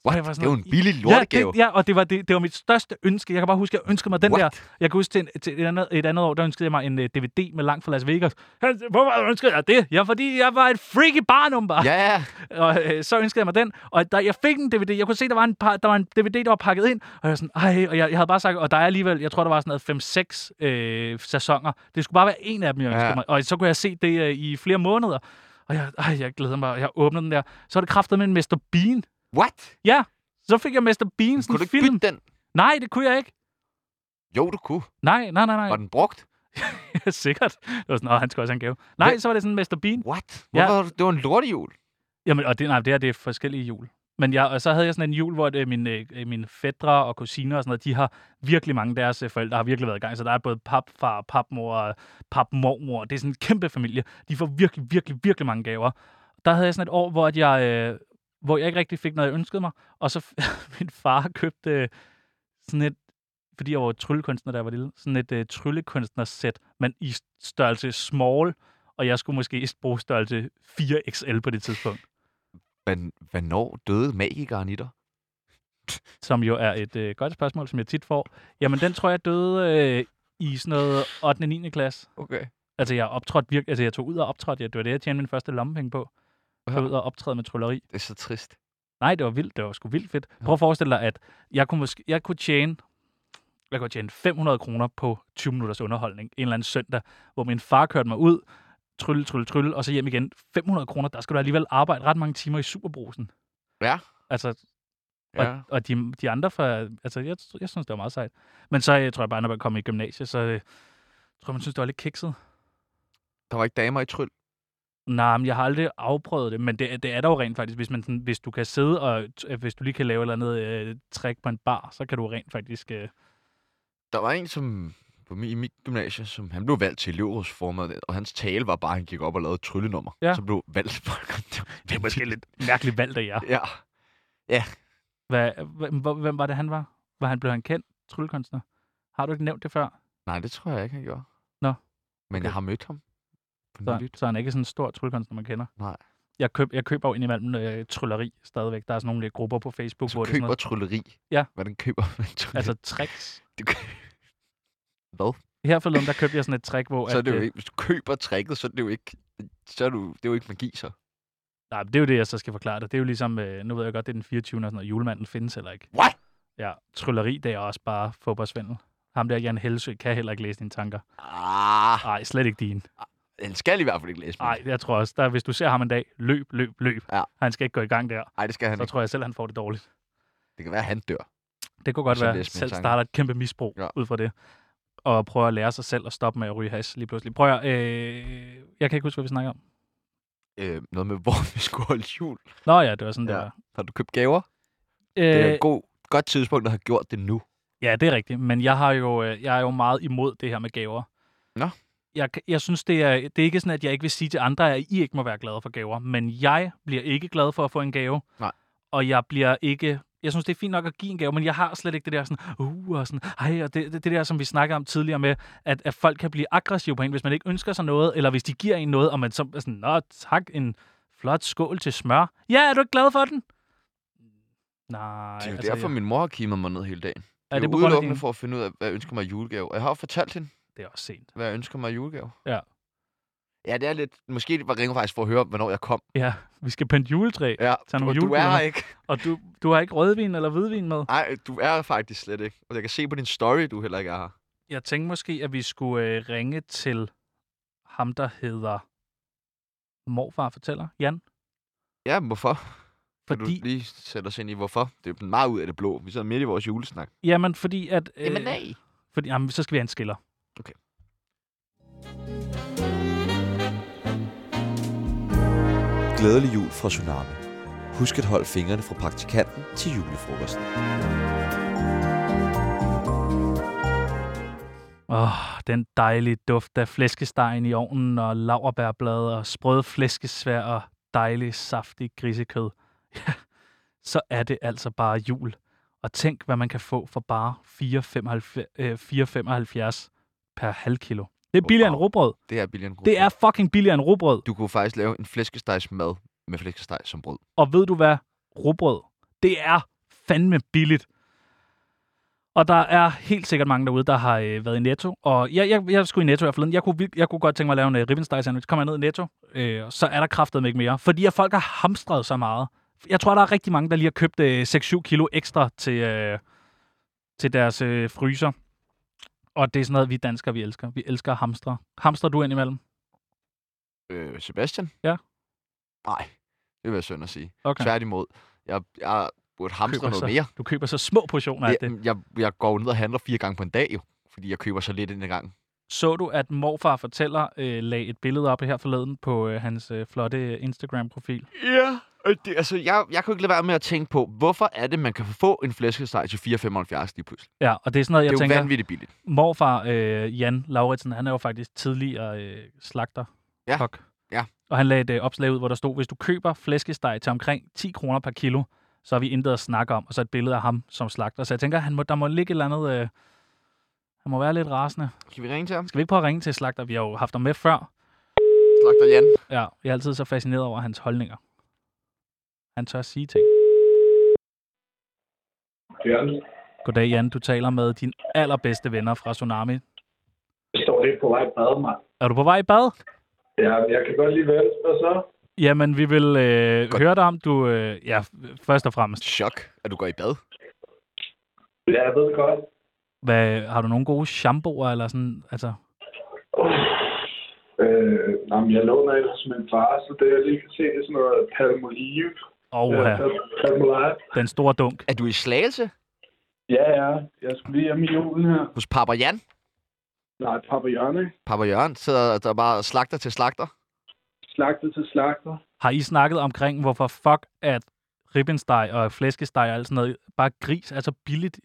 Så What? jeg var Det sådan er jo noget- en billig Ja, lortegave. det, ja, og det var, det, det var mit største ønske. Jeg kan bare huske, at jeg ønskede mig den What? der. Jeg kan huske, til, en, til et, andet, et andet år, der ønskede jeg mig en uh, DVD med langt fra Las Vegas. Hvorfor ønskede jeg det? Ja, fordi jeg var et freaky barnum, bare. Ja, ja. Og øh, så ønskede jeg mig den, og der, jeg fik en DVD. Jeg kunne se, der var en, par, der var en DVD, der var pakket ind, og jeg var sådan, ej, og jeg, jeg havde bare sagt, og der er alligevel, jeg tror, der var sådan noget 5-6 øh, sæsoner. Det skulle bare være en af dem, jeg Ja. ønskede mig. Og så kunne jeg se det øh, i flere måneder, og jeg, ej, jeg glæder mig, og jeg åbnede den der. Så var det kraftet med en Mr. Bean. What? Ja, så fik jeg Mr. Bean, sådan Kunne du en ikke film. bytte den? Nej, det kunne jeg ikke. Jo, du kunne. Nej, nej, nej, Var nej. den brugt? (laughs) Sikkert. Det var sådan, Nå, han skulle også have en gave. Nej, Hvad? så var det sådan Mr. Bean. What? Ja. Hvorfor har du- Det var en lortehjul. Jamen, og det, nej, det her det er forskellige jul. Men jeg, og så havde jeg sådan en jul, hvor øh, mine, øh, mine fædre og kusiner og sådan noget, de har virkelig mange af deres øh, forældre har virkelig været i gang. Så der er både papfar, papmor og papmormor. Det er sådan en kæmpe familie. De får virkelig, virkelig, virkelig mange gaver. Der havde jeg sådan et år, hvor at jeg, øh, hvor jeg ikke rigtig fik noget, jeg ønskede mig. Og så (laughs) f- min far købte øh, sådan et, fordi jeg var tryllekunstner, da jeg var lille, sådan et øh, tryllekunstnersæt, men i størrelse small, og jeg skulle måske bruge størrelse 4XL på det tidspunkt. Men hvornår døde magikeren i dig? som jo er et øh, godt spørgsmål, som jeg tit får. Jamen, den tror jeg døde øh, i sådan noget 8. og 9. klasse. Okay. Altså, jeg optrådte virkelig, altså, jeg tog ud og optrådte. Jeg, det var det, jeg tjente min første lommepenge på. Jeg Ja. tog ud og optræde med trylleri. Det er så trist. Nej, det var vildt. Det var sgu vildt fedt. Prøv at forestille dig, at jeg kunne, måske, jeg kunne tjene jeg kunne tjene 500 kroner på 20 minutters underholdning en eller anden søndag, hvor min far kørte mig ud, trylle, trylle, trylle, og så hjem igen. 500 kroner, der skal du alligevel arbejde ret mange timer i superbrusen. Ja. Altså, Ja. og, og de, de andre fra... Altså, jeg, jeg synes, det var meget sejt. Men så jeg tror jeg bare, når man kom i gymnasiet, så øh, tror jeg, man synes, det var lidt kikset. Der var ikke damer i tryl. Nej, men jeg har aldrig afprøvet det, men det, er- det er der jo rent faktisk. Hvis, man, sådan, hvis du kan sidde og... t- øh, Hvis du lige kan lave et eller andet øh, trick på en bar, så kan du rent faktisk... Øh, Der var en, som på mi- i mit gymnasie, som han blev valgt til elevrådsformand, og hans tale var bare, at han gik op og lavede et tryllenummer. Ja. Så blev valgt. (laughs) det er måske lidt... mærkeligt valgt af jer. (laughs) Ja. Hvad, hvem, hvor- hvem var det, han var? Var han blev han kendt? Tryllekunstner? Har du ikke nævnt det før? Nej, det tror jeg ikke, han gjorde. Nå, Men okay. jeg har mødt ham. På Så, så. så han er ikke sådan en stor tryllekunstner, man kender. Nej. Jeg, køb, jeg køber jo indimellem øh, trylleri stadigvæk. Der er sådan nogle øh, grupper på Facebook, Så hvor det er sådan køber noget, trylleri. Ja. Hvordan køber man trylleri? (laughs) altså tricks. Du kø- Hvad? Her forleden, der købte jeg sådan et trick, hvor... Så er det jo øh, ikke, hvis du køber tricket, så er det jo ikke, så er du, det er jo ikke magi, så. Nej, men det er jo det, jeg så skal forklare dig. Det er jo ligesom, øh, nu ved jeg godt, det er den 24. og sådan noget. Julemanden findes heller ikke. What? Ja, trylleri, det er også bare fodboldsvindel. Ham der, Jan Helsø, kan heller ikke læse dine tanker. Ah, Nej, slet ikke dine. han skal i hvert fald ikke læse Nej, jeg tror også, der, hvis du ser ham en dag, løb, løb, løb. Ja. Han skal ikke gå i gang der. Nej, det skal han Så ikke. tror jeg selv, han får det dårligt. Det kan være, at han dør. Det kunne godt Og så være, at læse mine selv tanker. starter et kæmpe misbrug Ja. ja. ud fra det. Og prøver at lære sig selv at stoppe med at ryge hash lige pludselig. Prøv at, øh, jeg kan ikke huske, hvad vi snakker om. Øh, noget med, (laughs) hvor vi skulle holde jul. Nå ja, det var sådan, Ja. det var. Har du købt gaver? Øh, Det er et god, godt tidspunkt at have gjort det nu. Ja, det er rigtigt, men jeg, har jo, øh, jeg er jo meget imod det her med gaver. Nå. Jeg, kan- jeg synes, det er, det er ikke sådan, at jeg ikke vil sige til andre, at I ikke må være glade for gaver, men jeg bliver ikke glad for at få en gave. Nej. Og jeg bliver ikke... Jeg synes, det er fint nok at give en gave, men jeg har slet ikke det der sådan, uh, og sådan, ej, og det, det, det der, som vi snakker om tidligere med, at, at folk kan blive aggressive på en, hvis man ikke ønsker sig noget, eller hvis de giver en noget, og man så er sådan, nå, tak, en flot skål til smør. Ja, er du ikke glad for den? Nej. Det er jo altså, altså, derfor, jeg- min mor har kimet mig ned hele dagen. er det jo på grund af udelukkende din... for at finde ud af, hvad jeg ønsker mig i julegave. Og jeg har jo fortalt hende, Det er også sent. hvad jeg ønsker mig i julegave. Ja. Ja, det er lidt... Måske var Ringo faktisk for at høre, hvornår jeg kom. Ja, vi skal pente juletræ, Ja, Tag nogle og du er julekugler. her ikke. og du, du har ikke rødvin eller hvidvin med. Nej, du er her faktisk slet ikke. Og jeg kan se på din story, du heller ikke er her. Jeg tænkte måske, at vi skulle øh, ringe til ham, der hedder Morfar fortæller, Jan. Ja, men hvorfor? Kan Fordi, du lige sætte os ind i, hvorfor? Det er jo meget ud af det blå. Vi sidder midt i vores julesnak. jamen, fordi at... Øh, nej. fordi, jamen, så skal vi have en skiller. Okay. Glædelig jul fra Tsunami. Husk at holde fingrene fra praktikanten til julefrokosten. Åh, den dejlige duft af flæskestegen i ovnen, og laverbærblad, og sprøde flæskesvær, og dejlig, saftig grisekød. (laughs) Ja, så er det altså bare jul. Og tænk, hvad man kan få for bare 4,75 øh, 4,75 per halv kilo. Det er billigere end Wow. rugbrød. Det er billigere end Det er rugbrød. fucking billigere end rugbrød. Du kunne faktisk lave en flæskestegsmad med flæskesteg som brød. Og ved du hvad? Rugbrød. Det er fandme billigt. Og der er helt sikkert mange derude, der har øh, været i Netto. Og jeg, jeg, jeg skulle i Netto her forleden. Jeg kunne, vir- jeg kunne godt tænke mig at lave en øh, ribbensteg sandwich. Kommer jeg ned i Netto, øh, og så er der kraftet ikke mere. Fordi at folk har hamstret så meget. Jeg tror, der er rigtig mange, der lige har købt øh, 6-7 kilo ekstra til, øh, til deres øh, fryser. Og det er sådan noget, vi danskere, vi elsker. Vi elsker at hamstre. Hamstrer du indimellem? Øh, Sebastian? Ja. Nej, det vil være synd at sige. Okay. Tværtimod. Jeg, jeg burde hamstre Køber noget så- mere. Du køber så små portioner af det. Jeg, jeg, jeg går ned og handler fire gange på en dag jo. fordi jeg køber så lidt ind ad gangen. Så du, at morfar fortæller øh, lagde et billede op her forleden på øh, hans øh, flotte Instagram-profil? Ja, og det, altså, jeg, jeg kunne ikke lade være med at tænke på, hvorfor er det, man kan få en flæskesteg til 4,75 lige pludselig? Ja, og det er sådan noget, jeg det er jo tænker, vanvittigt billigt. morfar øh, Jan Lauritsen, han er jo faktisk tidligere øh, slagter. Ja, Kok. ja. Og han lagde et øh, opslag ud, hvor der stod, hvis du køber flæskesteg til omkring 10 kroner per kilo, så har vi intet at snakke om, og så et billede af ham som slagter. Så jeg tænker, han må, der må ligge et eller andet... Øh, han må være lidt rasende. Skal vi ringe til ham? Skal vi ikke prøve at ringe til slagter? Vi har jo haft ham med før. Slagter Jan. Ja, jeg er altid så fascineret over hans holdninger. Han tør sige ting. Jørgen, Goddag, Jan. Du taler med dine allerbedste venner fra Tsunami. jeg står lidt på vej i bad, mand. Er du på vej i bad? Ja, jeg kan godt lige vente, og så... Jamen, vi vil øh, Godt. høre dig om du... Øh, ja, først og fremmest. Chok, at du går i bad. Ja, jeg ved godt. Hvad, har du nogle gode shampooer eller sådan? Altså, Øh, jamen, jeg låner et hos min far, så det jeg lige kan se, det er sådan noget palmolive. oh, Øh, ja. pal- Palmolive. den store dunk. Er du i slagelse Ja, ja. Jeg skulle lige hjemme i julen her. hos Papa Jan? Nej, Papa Jørgen, ikke? Papa Jørgen sidder der bare og slagter til slagter. Slagtet til slagter. Har I snakket omkring, hvorfor fuck at ribbensteg og flæskesteg og alt sådan noget, bare gris er så billigt?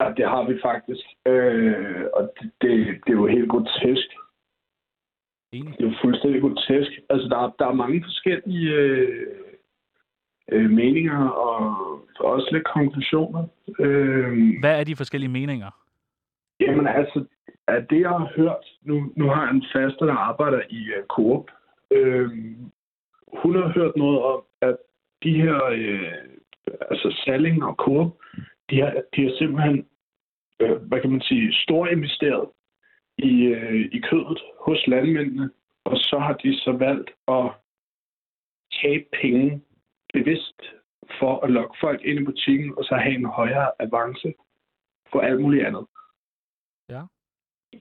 Ja, det har vi faktisk. Øh, og det, det, det er jo helt grotesk. Enig. Det er jo fuldstændig grotesk. Altså, der, er- der er mange forskellige øh, øh, meninger og også lidt konklusioner. Øh, Hvad er de forskellige meninger? Jamen altså, af det jeg har hørt, nu, nu har jeg en faster, der arbejder i uh, Coop. Øh, hun har hørt noget om, at de her, øh, altså Salling og Coop, de har, de har simpelthen, øh, hvad kan man sige, stor investeret i, øh, i kødet hos landmændene, og så har de så valgt at tabe penge bevidst for at lokke folk ind i butikken, og så have en højere avance på alt muligt andet. Ja.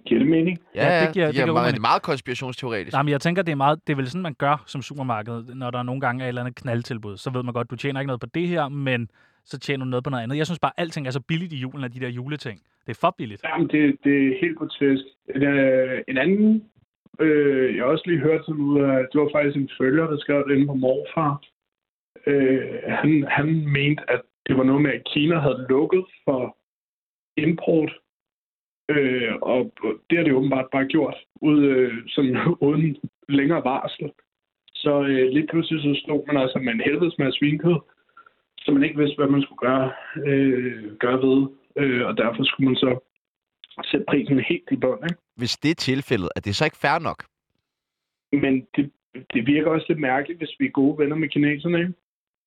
Giver det mening? Ja, det, det giver- det giver giver god meget, det mening. er meget konspirationsteoretisk. Nej, men jeg tænker, det er, meget, det er vel sådan, man gør som supermarked, når der nogle gange er et eller andet knaldtilbud. Så ved man godt, du tjener ikke noget på det her, men så tjener du noget på noget andet. Jeg synes bare, at alting er så billigt i julen af de der juleting. Det er for billigt. Jamen, det, det er helt grotesk. En, øh, en anden, øh, jeg også lige hørte sådan ud af, det var faktisk en følger, der skrev det inde på morfar. Øh, han, han mente, at det var noget med, at Kina havde lukket for import. Øh, og det har det åbenbart bare gjort, ud, øh, sådan, (laughs) uden længere varsel. Så øh, lige pludselig så stod man altså med en helvedes masse svinkød, som man ikke vidste, hvad man skulle gøre, øh, gøre ved. Øh, og derfor skulle man så sætte prisen helt i bund. Ikke? Hvis det er tilfældet, er det så ikke fair nok? Men det, det virker også lidt mærkeligt, hvis vi er gode venner med kineserne. Ikke?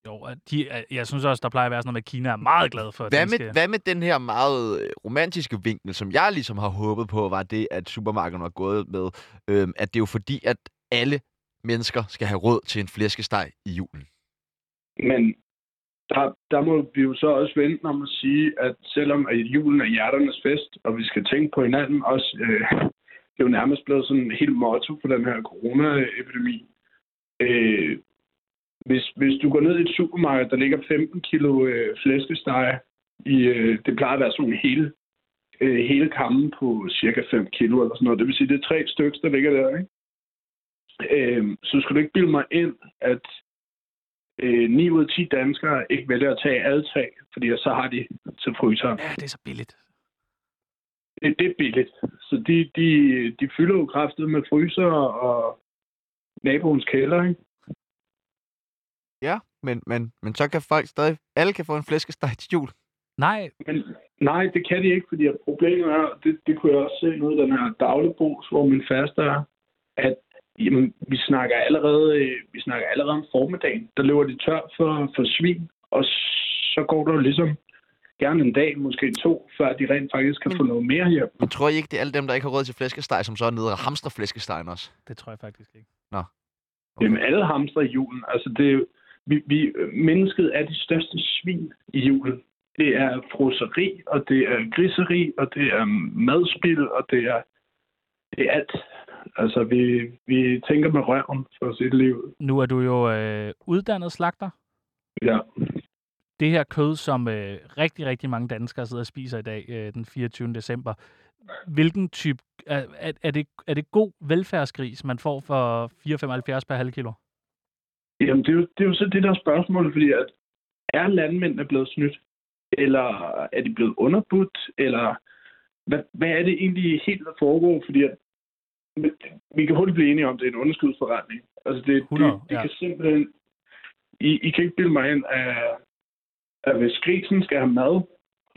Jo, og de, er- jeg synes også, der plejer at være sådan noget med, at Kina er meget glad for. at Hvad den med, skal- hvad med den her meget øh, romantiske vinkel, som jeg ligesom har håbet på, var det, at supermarkederne var gået med, øhm, at det er jo fordi, at alle mennesker skal have råd til en flæskesteg i julen. Men der, der må vi jo så også vente om at sige, at selvom at julen er hjerternes fest, og vi skal tænke på hinanden også, øh, det er jo nærmest blevet sådan en helt motto for den her coronaepidemi. Øh, hvis, hvis du går ned i et supermarked, der ligger 15 kilo øh, flæskesteg, i, øh, det plejer at være sådan hele, øh, hele kammen på cirka 5 kilo eller sådan noget. Det vil sige, det er tre stykker, der ligger der, ikke? Øh, så skulle du ikke bilde mig ind, at øh, 9 ud af 10 danskere ikke vælger at tage alle tre, fordi så har de til fryseren. Ja, det er så billigt. Det, det er billigt. Så de, de, de fylder jo kraftet med fryser og naboens kælder, ikke? Ja, men, men, men så kan folk stadig... Alle kan få en flæskesteg til jul. Nej, Men nej, det kan de ikke, fordi at problemet er, og det, det kunne jeg også se noget i den her dagligbogs, hvor min faste er, at jamen, vi, snakker allerede, øh, vi snakker allerede om formiddagen. Der løber de tør for, for svin, og så går der jo ligesom gerne en dag, måske to, før de rent faktisk kan få noget mere hjem. Men tror I ikke, det er alle dem, der ikke har råd til flæskesteg, som så er nede og hamstrer flæskestegen også? det tror jeg faktisk ikke. Okay. Jamen, alle hamstrer i julen. Altså, det er, jo- vi, vi, mennesket er de største svin i julen. Det er froseri, og det er griseri, og det er madspil, og det er, det er alt. Altså, vi, vi tænker med røven for sit liv. Nu er du jo øh, uddannet slagter. Ja. Det her kød, som øh, rigtig, rigtig mange danskere sidder og spiser i dag, øh, den 24. december, hvilken type... Er, er, er, det, er det god velfærdsgris, man får for 4,75 per halv kilo? Jamen, det er, jo, det er jo så det der spørgsmål, fordi at, er landmændene blevet snydt? Eller er de blevet underbudt? Eller hvad, hvad er det egentlig helt, der foregår? Fordi at, vi kan hurtigt blive enige om, at det er en underskudsforretning. Altså, det, 100, det, det ja. kan simpelthen... I, I kan ikke bilde mig ind, at, at hvis grisen skal have mad,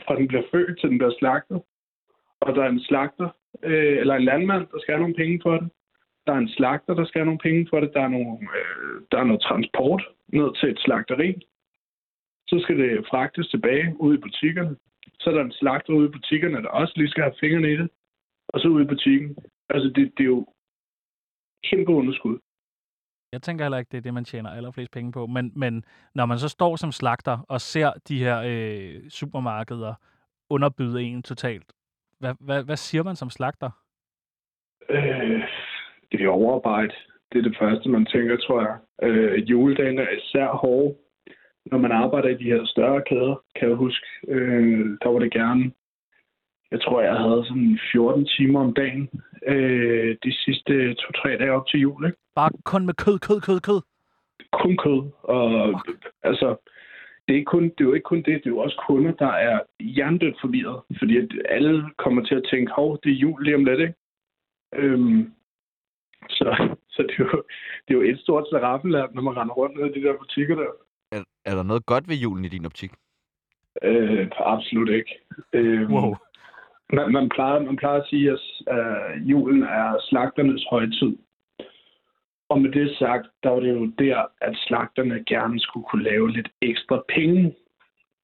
fra den bliver født til den bliver slagtet, og der er en slagter, øh, eller en landmand, der skal have nogle penge for det, der er en slagter, der skal have nogle penge for det. Der er, nogle, øh, der er noget transport ned til et slagteri. Så skal det fragtes tilbage ud i butikkerne. Så er der en slagter ude i butikkerne, der også lige skal have fingrene i det. Og så ud i butikken. Altså, det, det er jo kæmpe underskud. Jeg tænker heller ikke, det er det, man tjener allerflest penge på. Men, men når man så står som slagter og ser de her øh, supermarkeder underbyde en totalt, hvad, hvad, hvad siger man som slagter? Øh, det er overarbejde. Det er det første, man tænker, tror jeg. Øh, juledagen er især hårde. Når man arbejder i de her større kæder, kan jeg huske, øh, der var det gerne. Jeg tror, jeg havde sådan 14 timer om dagen øh, de sidste 2-3 dage op til jul. Ikke? Bare kun med kød, kød, kød, kød. Kun kød. Og, altså, det er, ikke kun, det er jo ikke kun det, det er jo også kunder, der er hjernedødt forvirret, fordi at alle kommer til at tænke, hov, det er jul lige om lidt, ikke? Øhm, så, så det, er jo, det er jo et stort slaraffenland, når man render rundt ned i de der butikker der. Er, er der noget godt ved julen i din optik? Øh, absolut ikke. Øhm, Wow. Man, man, plejer, man plejer at sige, at øh, julen er slagternes højtid. Og med det sagt, der var det jo der, at slagterne gerne skulle kunne lave lidt ekstra penge.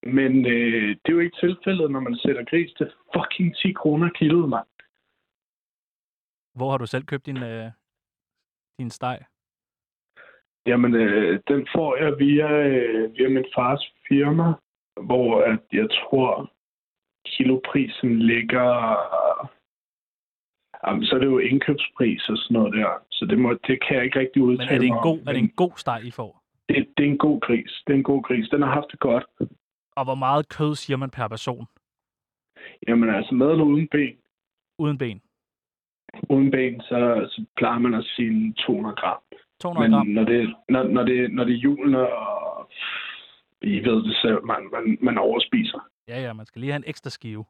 Men øh, det er jo ikke tilfældet, når man sætter gris til fucking 10 kroner kiloet, mand. Hvor har du selv købt din, øh, din steg? Jamen, øh, den får jeg via, øh, via min fars firma, hvor at jeg tror, kiloprisen ligger... Jamen, så er det jo indkøbspris og sådan noget der. Så det, må, det kan jeg ikke rigtig Men udtale er det en mig god, om. er det en god steg, I får? det, det, er en god gris. Det er en god gris. Den har haft det godt. Og hvor meget kød siger man per person? Jamen altså, med eller uden ben, Uden ben. uden ben så, så plejer man at sige 200 gram. 200 Men gram. når det, når, når, det, når det er julen, og I ved det selv, man, man, man overspiser. Ja, ja, man skal lige have en ekstra skive.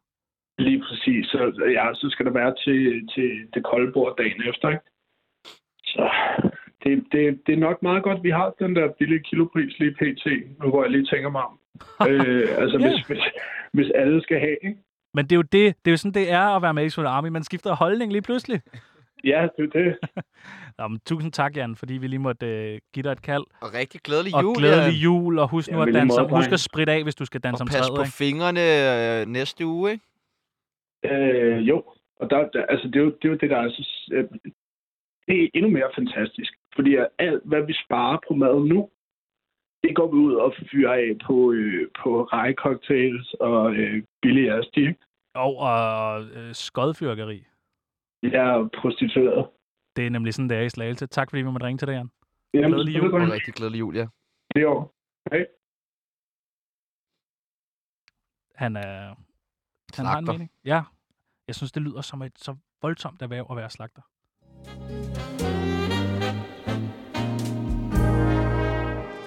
Lige præcis. Så, ja, så skal der være til, til det kolde bord dagen efter. Ikke? Så det, det, det er nok meget godt, vi har den der billige kilopris lige pt. Nu hvor jeg lige tænker mig om. øh, altså, Ja. hvis, hvis, hvis alle skal have, ikke? Men det er jo, det, det er jo sådan, det er at være med i Tsunami. Man skifter holdning lige pludselig. Ja, det er det. Nå, men, tusind tak, Jan, fordi vi lige måtte øh, give dig et kald. Og rigtig glædelig Og jul, glædelig jul, og husk nu Ja, at i lige danse måde, om, husk drenge. at spritte af, hvis du skal danse Og om pas træet. på ikke? fingrene øh, næste uge, ikke? Øh, jo, og der, der, altså, det, er jo, det er jo det, der er så, øh, det er endnu mere fantastisk. Fordi at alt, hvad vi sparer på mad nu, det går vi ud og fyrer af på, øh, på rejcocktails og øh, billige asti, ikke? Og, og øh, skodfyrkeri. Jeg er prostitueret. Det er nemlig sådan, det er i Slagelse. Tak fordi vi måtte ringe til dig, Jan. Jamen, Glædelig så jul. er Og det godt. rigtig glædelig jul, ja. Det er jo- Han, er, han har en Slagter. mening. Ja. Jeg synes, det lyder som et så voldsomt erhverv at være slagter.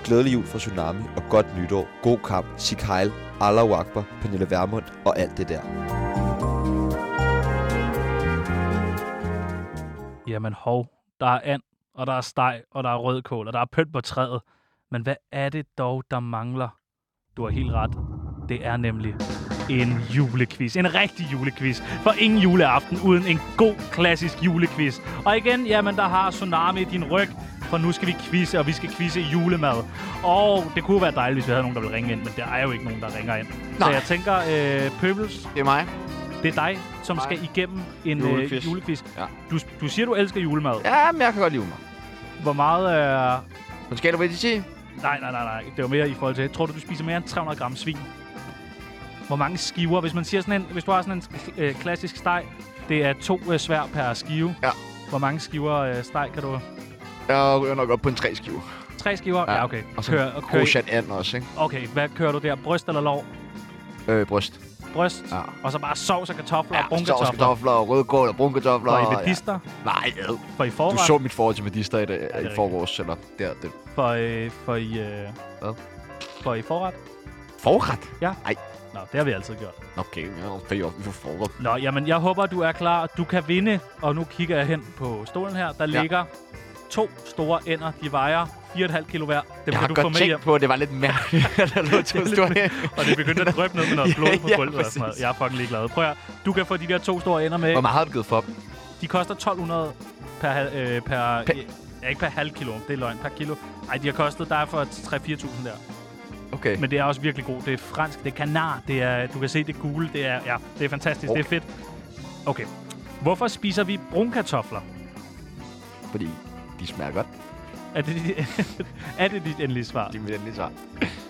Glædelig jul fra Tsunami og godt nytår. God kamp. Sig Heil, Allah Akbar, Pernille Vermund og alt det der. Jamen hov, der er and, og der er steg, og der er rødkål, og der er pynt på træet. Men hvad er det dog, der mangler? Du har helt ret. Det er nemlig en julequiz. En rigtig julequiz. For ingen juleaften uden en god, klassisk julequiz. Og igen, jamen, der har Tsunami din ryg. For nu skal vi quizze, og vi skal quizze i julemad. Og det kunne være dejligt, hvis vi havde nogen, der ville ringe ind. Men der er jo ikke nogen, der ringer ind. Nej. Så Nej. jeg tænker, øh, Pøbels, Det er mig. det er dig, som Mig. skal igennem en Julequiz. julequiz. Øh, julequiz. Ja. Du, du siger, du elsker julemad. Ja, men jeg kan godt lide mig. Hvor meget... Øh... På en skala på 1 til 10? Nej, nej, nej, nej. Det var mere i forhold til... Tror du, du spiser mere end 300 gram svin? Hvor mange skiver? Hvis man siger sådan en... Hvis du har sådan en øh, klassisk steg, det er to øh, svær per skive. Ja. Hvor mange skiver øh, steg kan du... Jeg ryger nok op på en 3 skive. Tre skiver? Ja, Ja. okay. Og så Kør, og kør i- Kroshat and også, ikke? okay, hvad kører du der? Bryst eller lår? Øh, bryst. bryst, Ja. ja. og så bare sovs og kartofler ja, og brunkartofler. brunkartofler. og rødkål og brunkartofler. Og ja. evedister, ja. Nej, ad. for i du forret, så mit forhold til Medister i, dag, er i rigtigt. forgårs, eller der, den. for, øh, for i... Øh, Hvad? For i forret. Forret? Ja. Ej. Nå, det har vi altid gjort. Okay, jeg er payoff for forret. Nå, jamen, jeg håber, du er klar. Du kan vinde, og nu kigger jeg hen på stolen her. Der Ja. ja. ligger to store ender. De vejer 4,5 kilo hver. Dem kan Jeg har du få godt med hjem. tænkt på, at det var lidt mærkeligt, at der lå Det to er (laughs) store lidt- Og det begyndte at drøbe ned med noget (laughs) Ja, blod på ja, gulvet og sådan noget. præcis. Jeg er fucking ligeglad. Prøv at, høre. du kan få de der to store ender med. Hvor meget har du givet for dem? De koster 1200 per, hal- øh, per, Per- per ja, ikke per halv kilo, det er løgn, per kilo. Ej, de har kostet dig for 3-4.000 der. Okay. Men det er også virkelig godt. Det er fransk, det er kanar, det er, du kan se det er gule, det er, ja, det er fantastisk, okay. det er fedt. Okay, hvorfor spiser vi brunkartofler? Fordi de smager godt. Er det, dit- (laughs) er det dit endelige svar? De er mit endelige svar.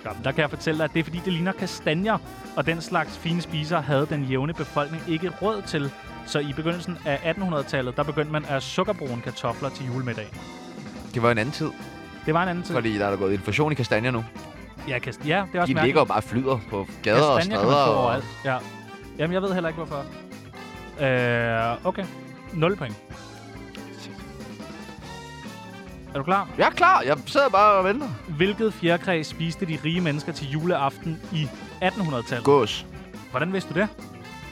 Jamen, der kan jeg fortælle dig, at det er fordi, det ligner kastanjer, og den slags fine spiser havde den jævne befolkning ikke råd til. Så i begyndelsen af 1800-tallet, der begyndte man at sukkerbrune kartofler til julemiddagen. Det var en anden tid, Det var en anden tid. fordi der er der gået inflation i kastanjer nu. Ja, kast- ja det er også De ligger jo bare og flyder på gader og Kastanjer kan man stræder. få Og... overalt. Ja. Jamen, jeg ved heller ikke, hvorfor. Øh, okay. 0 point. Er du klar? Jeg er klar. Jeg sidder bare og venter. Hvilket fjerkræ spiste de rige mennesker til juleaften i 1800-tallet? Gås. Hvordan vidste du det?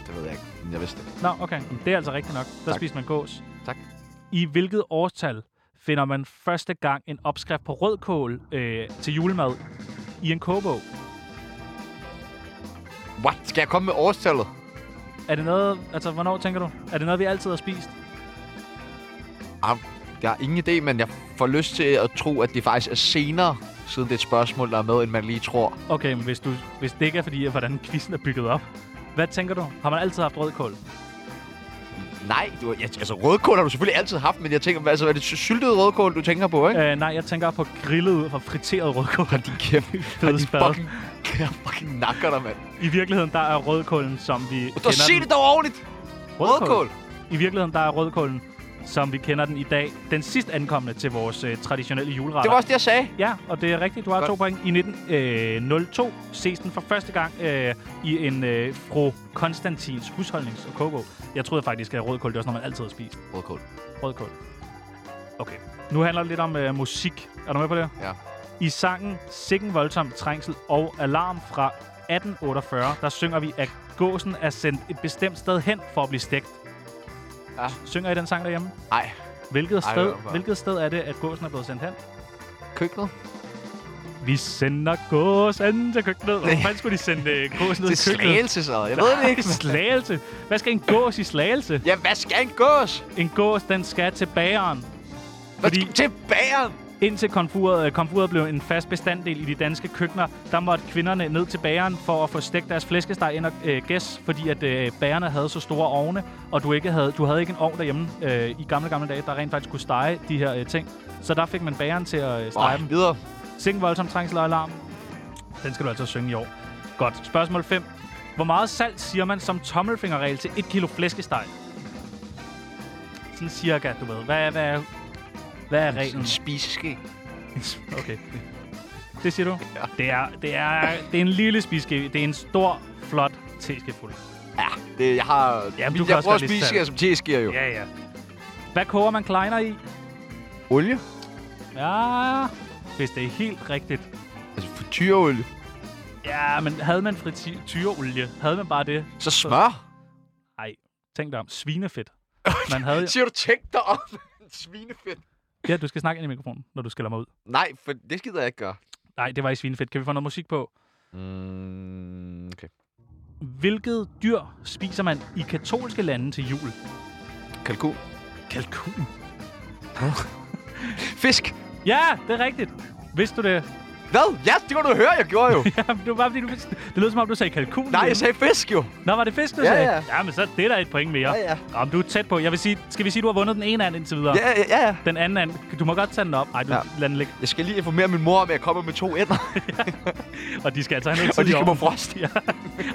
Det ved jeg ikke, men jeg vidste det. Nå, okay. Men Det er altså rigtigt nok. Der Tak. spiste man gås. Tak. I hvilket årstal finder man første gang en opskrift på rødkål øh, til julemad i en kogebog? What? Skal jeg komme med årstallet? Er det noget... Altså, hvornår tænker du? Er det noget, vi altid har spist? Ah, Jeg har ingen idé, men jeg får lyst til at tro, at det faktisk er senere, siden det er et spørgsmål, der er med, end man lige tror. Okay, men hvis, du, hvis det ikke er fordi, at hvordan (laughs) quizzen er bygget op, hvad tænker du? Har man altid haft rødkål? Nej, du, ja, altså rødkål har du selvfølgelig altid haft, men jeg tænker, hvad, altså, er det sy- syltet rødkål, du tænker på, ikke? Øh, nej, jeg tænker på grillet ud fra friteret rødkål. De kæmpe, Fede de spade. fucking, (laughs) jeg fucking nakker dig, mand. I virkeligheden, der er rødkålen, som vi Du kender sig den. det dog ordentligt! Rødkål! I virkeligheden, der er rødkålen, som vi kender den i dag, den sidst ankommende til vores øh, traditionelle juleretter. Det var også det, jeg sagde. Ja, og det er rigtigt. Du har Godt. Godt. to point. I 1902 øh, 02 ses den for første gang øh, i en øh, fru Konstantins husholdnings- og kogo. Jeg troede faktisk, at rødkål det er også noget, man altid har spist. Rødkål. Rødkål. Okay. Nu handler det lidt om øh, musik. Er du med på det? Ja. I sangen Sikken Voldsom Trængsel og Alarm fra 1848, der synger vi, at gåsen er sendt et bestemt sted hen for at blive stegt. Ja. Synger I den sang derhjemme? Ej, Hvilket Ej, sted, hvor er- hvilket sted er det, at gåsen er blevet sendt hen? køkkenet. Vi sender gåsen til køkkenet. Hvor fanden skulle de sende øh, gåsen ned Det i er køkkenet? slagelse, så. Jeg ved det ikke. Nej, slagelse. Hvad skal en gås i slagelse? Ja, hvad skal en gås? En gås, den skal til bageren. Hvad Fordi- skal til bageren? Indtil komfuret, øh, komfuret blev en fast bestanddel i de danske køkkener, der måtte kvinderne ned til bageren for at få stegt deres flæskesteg ind og øh, gæs, fordi at øh, bagerne havde så store ovne, og du, ikke havde, du havde ikke en ovn derhjemme øh, i gamle, gamle dage, der rent faktisk kunne stege de her øh, ting. Så der fik man bageren til at øh, stege Nej, dem. videre. Sing voldsom trængsel og alarm. Den skal du altså synge i år. Godt. Spørgsmål 5. Hvor meget salt siger man som tommelfingerregel til 1 kilo flæskesteg? Sådan cirka, du ved. Hvad er, hvad er, hvad er reglen? En spiseske. (laughs) Okay. Det siger du? Ja. Det er, det er, det er en lille spiske. Det er en stor, flot teskefuld. Ja, det, jeg har... Jamen, du kan jeg også bruger godt lide spiseske salt. som teskeer jo. Ja, ja. Hvad koger man kleiner i? Olie? Ja, hvis det er helt rigtigt. Altså frityreolie. Ja, men havde man frityreolie? Havde man bare det? Så smør. Tænk dig om. Svinefedt. (laughs) Man havde... Siger du, tænk dig om (laughs) svinefedt? Ja, du skal snakke ind i mikrofonen, når du skælder mig ud. Nej, for det gider jeg ikke gøre. Nej, det var i svinefedt. Kan vi få noget musik på? Mm, okay. Hvilket dyr spiser man i katolske lande til jul? Kalkun. Kalkun. Fisk. Ja, det er rigtigt. Vidste du det? (laughs) Hvad? Ja, det kunne du høre, jeg gjorde jo. Jamen, det var bare fordi, du vidste. Det lød som om, du sagde kalkun. Nej, igen. jeg sagde (laughs) fisk jo. Nå, var det fisk, du Ja, sagde? ja. ja. men så er det der et point mere. Ja, ja. Jamen, du er tæt på. Jeg vil sige, skal vi sige, du har vundet den ene and indtil videre? Ja, ja, ja. Den anden and. Du må godt tage den op. Nej, du Ja. ja. lader den ligge. Jeg skal lige informere min mor om, at jeg kommer med to ender. (laughs) Og de skal altså have noget og tid de i skal på ovnen. frost. Ja.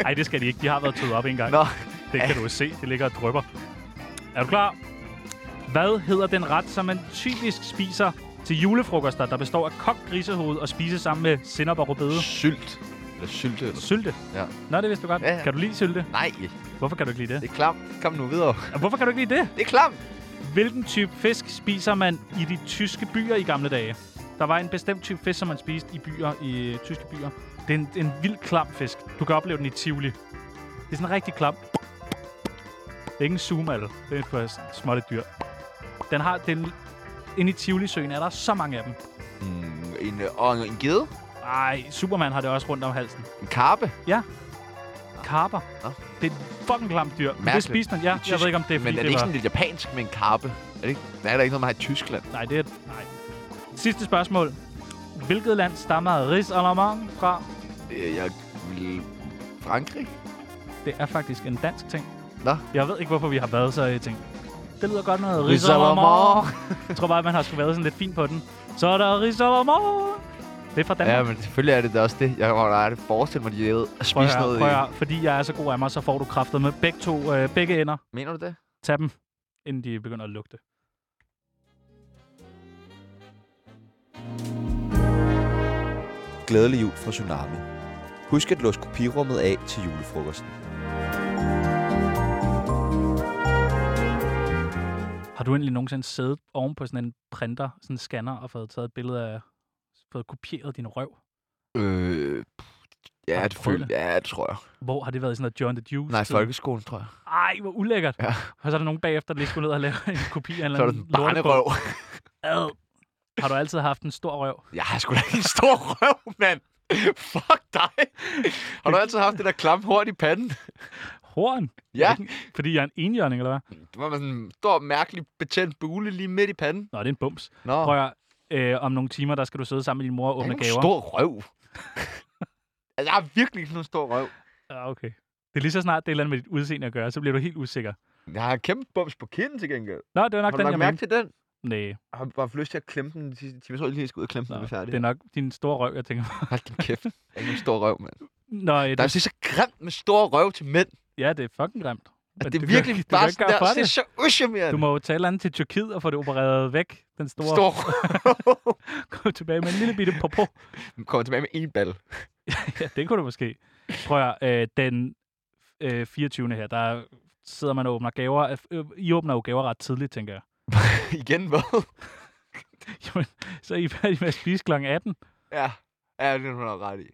Ej, det skal de ikke. De har været tøet op en gang. Nå. Det kan du jo se. Det ligger og drypper. Er du klar? Hvad hedder den ret, som man typisk spiser til julefrokoster, der består af kogt grisehoved og spises sammen med sennep og rødbede? Sylt. Eller sylte. Eller... Sylte. Ja. Nå, det vidste du godt. Ja, ja. Kan du lide sylte? Nej, Hvorfor kan du ikke lide det? det er klamt. Kom nu videre. Ja, Hvorfor kan du ikke lide det? Det er klamt. Hvilken type fisk spiser man i de tyske byer i gamle dage? Der var en bestemt type fisk, som man spiste i byer, i øh, tyske byer. Det er en, en vild klam fisk. Du kan opleve den i Tivoli. Det er sådan en rigtig klam. Det er ikke en sumal. Det er for småt et dyr. Den har... Den, inde i Tivoli-søen er der så mange af dem. Mm, en, øh, og en, en gede. Ej, Superman har det også rundt om halsen. En karpe. Karper. Nå. Det er et fucking klamt dyr. Men Det Mærkeligt. spiser den. Ja, I jeg tysk- ved ikke, om det er, Men fordi er det, det ikke var... sådan lidt japansk med en karpe? Er det ikke, nej, der er ikke noget, man har i Tyskland. Nej, det er... Nej. Sidste spørgsmål. Hvilket land stammer Riz Alarmand fra? Øh, Jeg vil... Frankrig? Det er faktisk en dansk ting. Nå. Jeg ved ikke, hvorfor vi har været så i ting. Det lyder godt noget. Riz à la mort. Jeg tror bare, at man har sgu været sådan lidt fin på den. Så er der Riz Alarmand. Det er fra Danmark. Ja, men selvfølgelig er det da også det. Jeg har aldrig forestillet mig, at de havde at prøv at spise høre, noget. prøv at i- høre. Fordi jeg er så god af mig, så får du kræfter med begge, to, øh, begge ender. Mener du det? Tag dem, inden de begynder at lugte. Glædelig jul fra Tsunami. Husk at låse kopirummet af til julefrokosten. Har du egentlig nogensinde siddet oven på sådan en printer, sådan en scanner, og fået taget et billede af, fået kopieret din røv? Øh... Har Ja, du det, prøvet føl- ja, det tror jeg. Hvor har det været i sådan noget John the Juice? Nej, tid? folkeskolen, tror jeg. Ej, hvor ulækkert. Ja. Og så er der nogen bagefter, der lige skulle ned og lave en kopi af en eller Så er det anden den barnerøv. (laughs) Ad. Har du altid haft en stor røv? Jeg har sgu da ikke en stor røv, mand. (laughs) Fuck dig. Har du altid haft det der klamme hår i panden? Horn? Ja, Fordi jeg er en enhjørning, eller hvad? det var med sådan en stor, mærkelig, betændt bule lige midt i panden. Nå, det er en bums. Nå, Prøv at, høre, øh, om nogle timer, der skal du sidde sammen med din mor og jeg har åbne ikke nogen gaver. stor røv. (laughs) altså, jeg har virkelig ikke nogen stor røv. Ja, okay. Det er lige så snart, det er et eller andet med dit udseende at gøre, så bliver du helt usikker. Jeg har en kæmpe bums på kinden til gengæld. Nå, det var nok har du den, lagt jeg mærke mente. til den? Næh, Jeg har bare haft lyst til at klemme den de sidste time. Jeg tror lige, jeg skulle ud og klemme den, nå, når vi det er færdige. er nok din store røv, jeg tænker. Hold din kæft. Jeg er ikke nogen stor røv, mand. (laughs) Nå, øh, Der er du, altså så grimt med store røv til mænd. ja, det er fucking grimt. Altså, Men det du kan- er virkelig du kan bare ikke gøre sådan for der. Det det. er så usjarmerende. Du må jo tage et eller andet til Tyrkiet og få det opereret væk, den store. (laughs) Stor røv. (laughs) Kom tilbage med en lille bitte popo. Kommer tilbage med en ball. (laughs) ja, (laughs) det kunne du måske. Prøv at høre, øh, den øh, 24. her, der sidder man og åbner gaver. Øh, I åbner jo gaver ret tidligt, tænker jeg. (laughs) Igen, hvad? Jamen, så er I færdige med at spise kl. 18, Ja. Ja, det er hun ret i.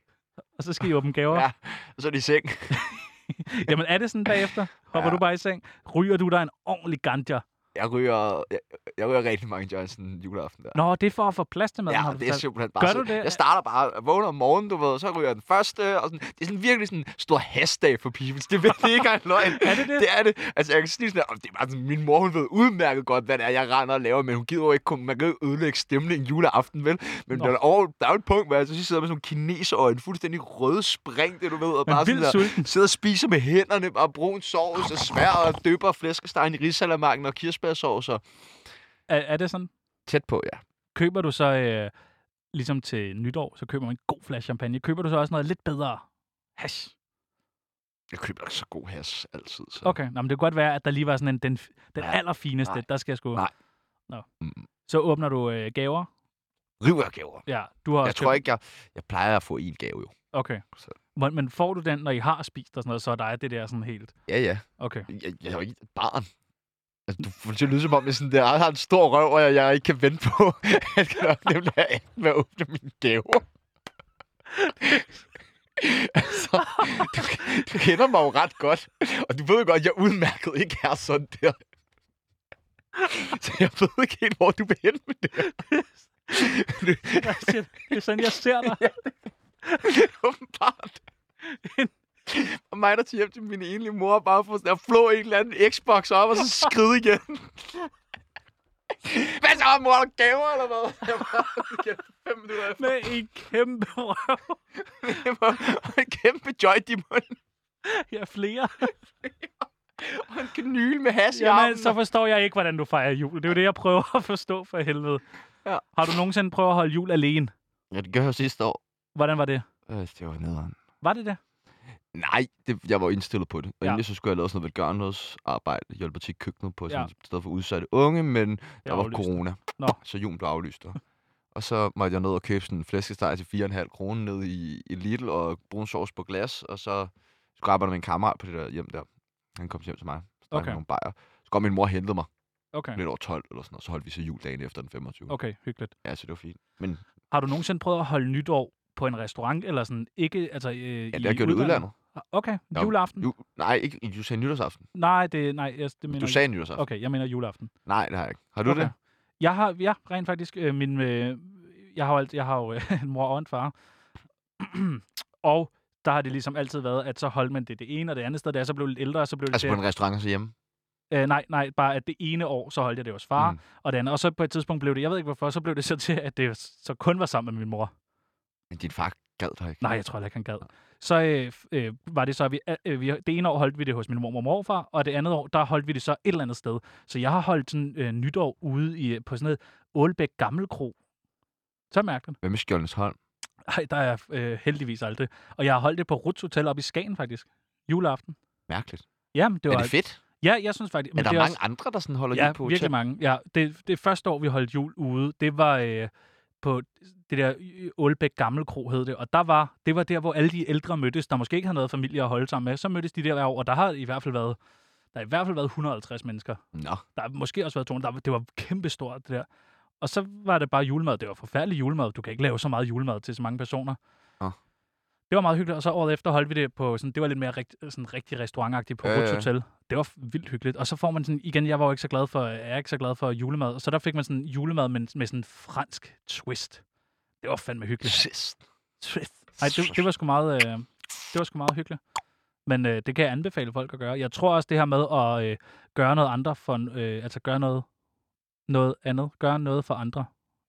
og så skal I åbne gaver. Ja. (laughs) Ja. Og så er de i seng. Jamen, er det sådan bagefter? Hopper ja. Ja. du bare i seng? Ryger du dig en ordentlig ganja? Jeg ryger, jeg, jeg ryger rigtig mange joints sådan juleaften der. Nå, det er for at få plads til maden, har Ja, du det er fortalt. simpelthen bare Gør sådan. du det? Jeg starter bare, jeg vågner om morgenen, du ved, så ryger jeg den første, og sådan, det er sådan virkelig sådan en stor hashdag for people. Det er virkelig ikke engang løgn. (laughs) Er det det? Det er det. Altså, jeg kan sige sådan, at det er bare sådan, min mor, hun ved udmærket godt, hvad det er, jeg render og laver, men hun gider jo ikke, kun- man kan jo ikke ødelægge stemningen juleaften, vel? Men Nå. der er, over, der er jo et punkt, hvor jeg så sidder med sådan nogle kineserøjne, fuldstændig røde spring, det du ved, og Men bare sådan vildt der, sulten. sidder og spiser med hænderne, bare brun sovs og svær, og døber flæskestegen i risalamanden og kirsebærsovs, og Er, er det sådan? tæt på, ja. Køber du så, øh, ligesom til nytår, så køber man en god flaske champagne. Køber du så også noget lidt bedre hash? Jeg køber ikke så god has altid, så. Okay, Nå, men det kunne godt være, at der lige var sådan en, den, den Nej. allerfineste, Nej. der skal jeg sgu... Nej. Nå. Mm. Så åbner du øh, gaver. River jeg gaver. Ja, du har Jeg også tror købt- ikke, jeg, jeg plejer at få en gave, jo. Okay. Så- Men, men får du den, når I har spist og sådan noget, så er dig det der sådan helt... Ja, ja. (laughs) Okay. Jeg, jeg er jo ikke et barn. Altså, du får det til at lyde som om, jeg, sådan, der, jeg har en stor røv, og jeg, jeg ikke kan vente på, (laughs) at jeg nemlig er ærlig med at åbne mine gaver. (laughs) altså, du, du kender mig jo ret godt, og du ved jo godt, at jeg udmærket ikke er sådan der. Så jeg ved ikke helt, hvor du vil hen med det. her. Hvad siger du? Det er sådan, jeg ser (laughs) dig. Åbenbart. Og mig, der tager hjem til min enlige mor, bare for sådan at flå en eller anden Xbox op, og så skride igen. (laughs) Hvad så, mor? Er der gaver, eller hvad? Jeg var fem minutter efter. Med en kæmpe (laughs) røv. Det var og en kæmpe joint i munden, Jeg er flere. og en kanyle med has (laughs) i Jamen, armen. så forstår jeg ikke, hvordan du fejrer jul. Det er jo det, jeg prøver at forstå for helvede. Ja. Har du nogensinde prøvet at holde jul alene? Ja, det gør jeg sidste år. Hvordan var det? Øh, det var nederen. Var det det? Nej, det, jeg var indstillet på det. Og Ja. ja. endelig så skulle jeg lave sådan noget velgørenhedsarbejde. Hjælpe til i køkøkkenet på sådan Ja. et sted for udsatte unge, men Der var aflyst. (laughs) corona. Nå. Nå. Så julen blev aflyst. Og Og så måtte jeg ned og købe sådan en flæskesteg til 4,5 kroner ned i, i Lidl og brun sovs på glas. Og så skulle jeg arbejde med en kammerat på det der hjem der. Han kom hjem til mig. Så okay. Okay. nogle bajer. Så kom min mor og hentede mig Okay. lidt over 12 eller sådan noget. Så holdt vi så jul dagen efter den 25. Okay, hyggeligt. Ja, så det var fint. Men Har du nogensinde prøvet at holde nytår på en restaurant, eller sådan ikke, altså øh, ja, ja, det har jeg gjort i udlandet. Okay, Nå, juleaften? Ju, nej, ikke, du sagde nytårsaften. Nej, det, nej, jeg, det mener Du jeg sagde nytårsaften. ikke. Okay, jeg mener juleaften. Okay. Nej, det har jeg ikke. Har du okay. okay. det? Jeg har, ja, rent faktisk, øh, min, øh, jeg har jo, alt, jeg har jo øh, (laughs) en mor og en far, (clears throat) og der har det ligesom altid været, at så holdt man det det ene og det andet sted, da jeg så blev lidt ældre, så blev det Altså det, på en restaurant og så hjemme? Øh, nej, nej, bare at det ene år, så holdt jeg det hos far, Mm. mm. og det andet. Og så på et tidspunkt blev det, jeg ved ikke hvorfor, så blev det så til, at det så kun var sammen med min mor. Men din far gad dig ikke. Nej, jeg tror heller ikke, han gad. Så øh, f- øh, var det så, at vi, øh, vi, det ene år holdt vi det hos min mor og morfar, og det andet år, der holdt vi det så et eller andet sted. Så jeg har holdt sådan øh, nytår ude i, øh, på sådan noget Ålbæk Gammelkro. Så mærk den. Hvem er Skjoldens hånd? Nej, der er jeg øh, heldigvis aldrig. Og jeg har holdt det på Ruts Hotel oppe i Skagen, faktisk. Juleaften. Mærkeligt. Jamen, det Det var... er det fedt? Ja, jeg synes faktisk... er der det mange også- andre, der sådan holder ja, jul på virkelig hotel? mange. Ja, det, det første år, vi holdt jul ude, det var øh, på det der øh, Ålbæk Gammelkro hed det, og der var, det var der, hvor alle de ældre mødtes, der måske ikke havde noget familie at holde sammen med, så mødtes de der hver år, og der har i hvert fald været, der har i hvert fald været 150 mennesker. Nå, Der har måske også været 200, der, det var kæmpestort det der. Og så var det bare julemad. Det var forfærdelig julemad. Du kan ikke lave så meget julemad til så mange personer. Nå. Det var meget hyggeligt, og så året efter holdt vi det på sådan, det var lidt mere rigt, sådan rigtig restaurantagtigt på Ja, øh. Ruts ja. Hotel. Det var f- vildt hyggeligt. Og så får man sådan, igen, jeg var jo ikke så glad for, jeg er ikke så glad for julemad. Og så der fik man sådan julemad med, med sådan en fransk twist. Det var fandme hyggeligt. sidst. Twist. Nej, det, det var sgu meget, øh, det var sgu meget hyggeligt. Men øh, det kan jeg anbefale folk at gøre. Jeg tror også det her med at øh, gøre noget andre for, en- øh, altså gøre noget, noget andet, gøre noget for andre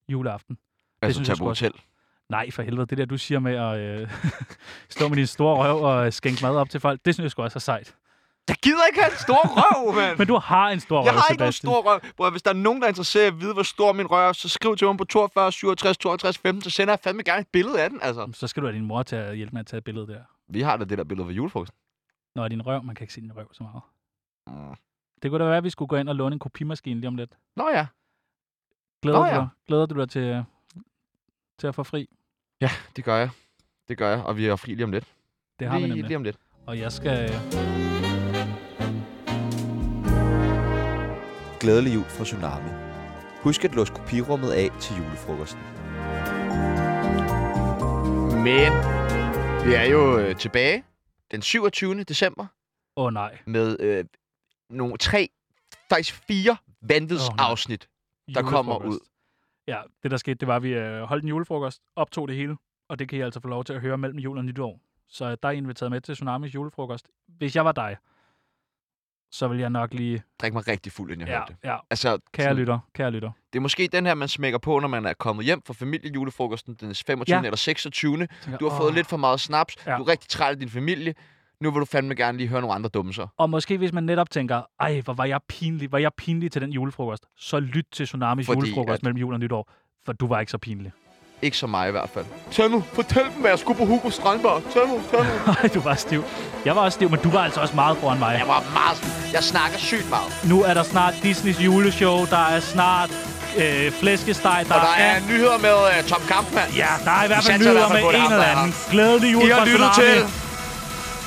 juleaften. Altså synes tage jeg på sgu også. hotel. Nej, for helvede, det der du siger med at øh, (laughs) stå med din store røv og øh, skænke mad op til folk, det synes jeg sgu også er sejt. Jeg gider ikke have en (laughs) stor røv, mand! Men du har en stor jeg røv, har ikke nogen Sebastian. stor røv. Bror, hvis der er nogen, der er interesseret i at vide, hvor stor min røv er, så skriv til mig på 42, 67, 52, 15, så sender jeg fandme gerne et billede af den, altså. Så skal du have din mor til at hjælpe med at tage et billede der. Vi har da det der billede fra julefrokosten. Nå, din røv, man kan ikke se din røv så meget. Mm. Det kunne da være, at vi skulle gå ind og låne en kopimaskine lige om lidt. Nå ja. Glæder, Nå Nå, ja. ja. du, dig, glæder du dig til, øh, til at få fri? Ja, det gør jeg. Det gør jeg, og vi er fri lige om lidt. Det har vi lige, nemlig. lige om lidt. Og jeg skal... Glædelig jul fra Tsunami. Husk at låse kopirummet af til julefrokosten. Men vi er jo øh, tilbage den 27. december Åh oh, nej. med øh, nogle tre, faktisk fire vanvidsafsnit. Oh, der kommer Julefrokost. Ja, det der skete, det var, at vi øh, holdt en julefrokost, optog det hele, og det kan I altså få lov til at høre mellem jul og nytår. Så øh, der er inviteret med til Tsunamis julefrokost. Hvis jeg var dig, så vil jeg nok lige... Drik mig rigtig fuld, inden jeg Ja, hørte det. ja. Altså, Kære sådan- lytter, kære lytter. det er måske den her, man smækker på, når man er kommet hjem fra familiejulefrokosten den 25. Ja. Ja. eller 26. Tænker, Du har fået "Åh." lidt for meget snaps. Ja. Ja. Du er rigtig træt af din familie. Nu vil du fandme gerne lige høre nogle andre dumme så. Og måske hvis man netop tænker, ej, hvor var jeg pinlig, var jeg pinlig til den julefrokost, så lyt til Tsunamis Fordi julefrokost at- mellem jul og nytår, for du var ikke så pinlig. (laughs) Ikke så mig i hvert fald. Tag nu, fortæl dem, hvad jeg skulle på Hugo Strandberg. Tag nu, tag nu. Ej, du var stiv. Jeg var også stiv, men du var altså også meget foran mig. Jeg var meget sådan, jeg snakker sygt meget. Nu er der snart Disneys juleshow, der er snart øh, flæskesteg, der, Og der er... er nyheder med uh, Tom Kampmann. Ja, der er i hvert Vi fald satser i nyheder hvert fald med på, at det er en ham, eller der er anden. Glædelig jul I fra har lyttet Tsunami. til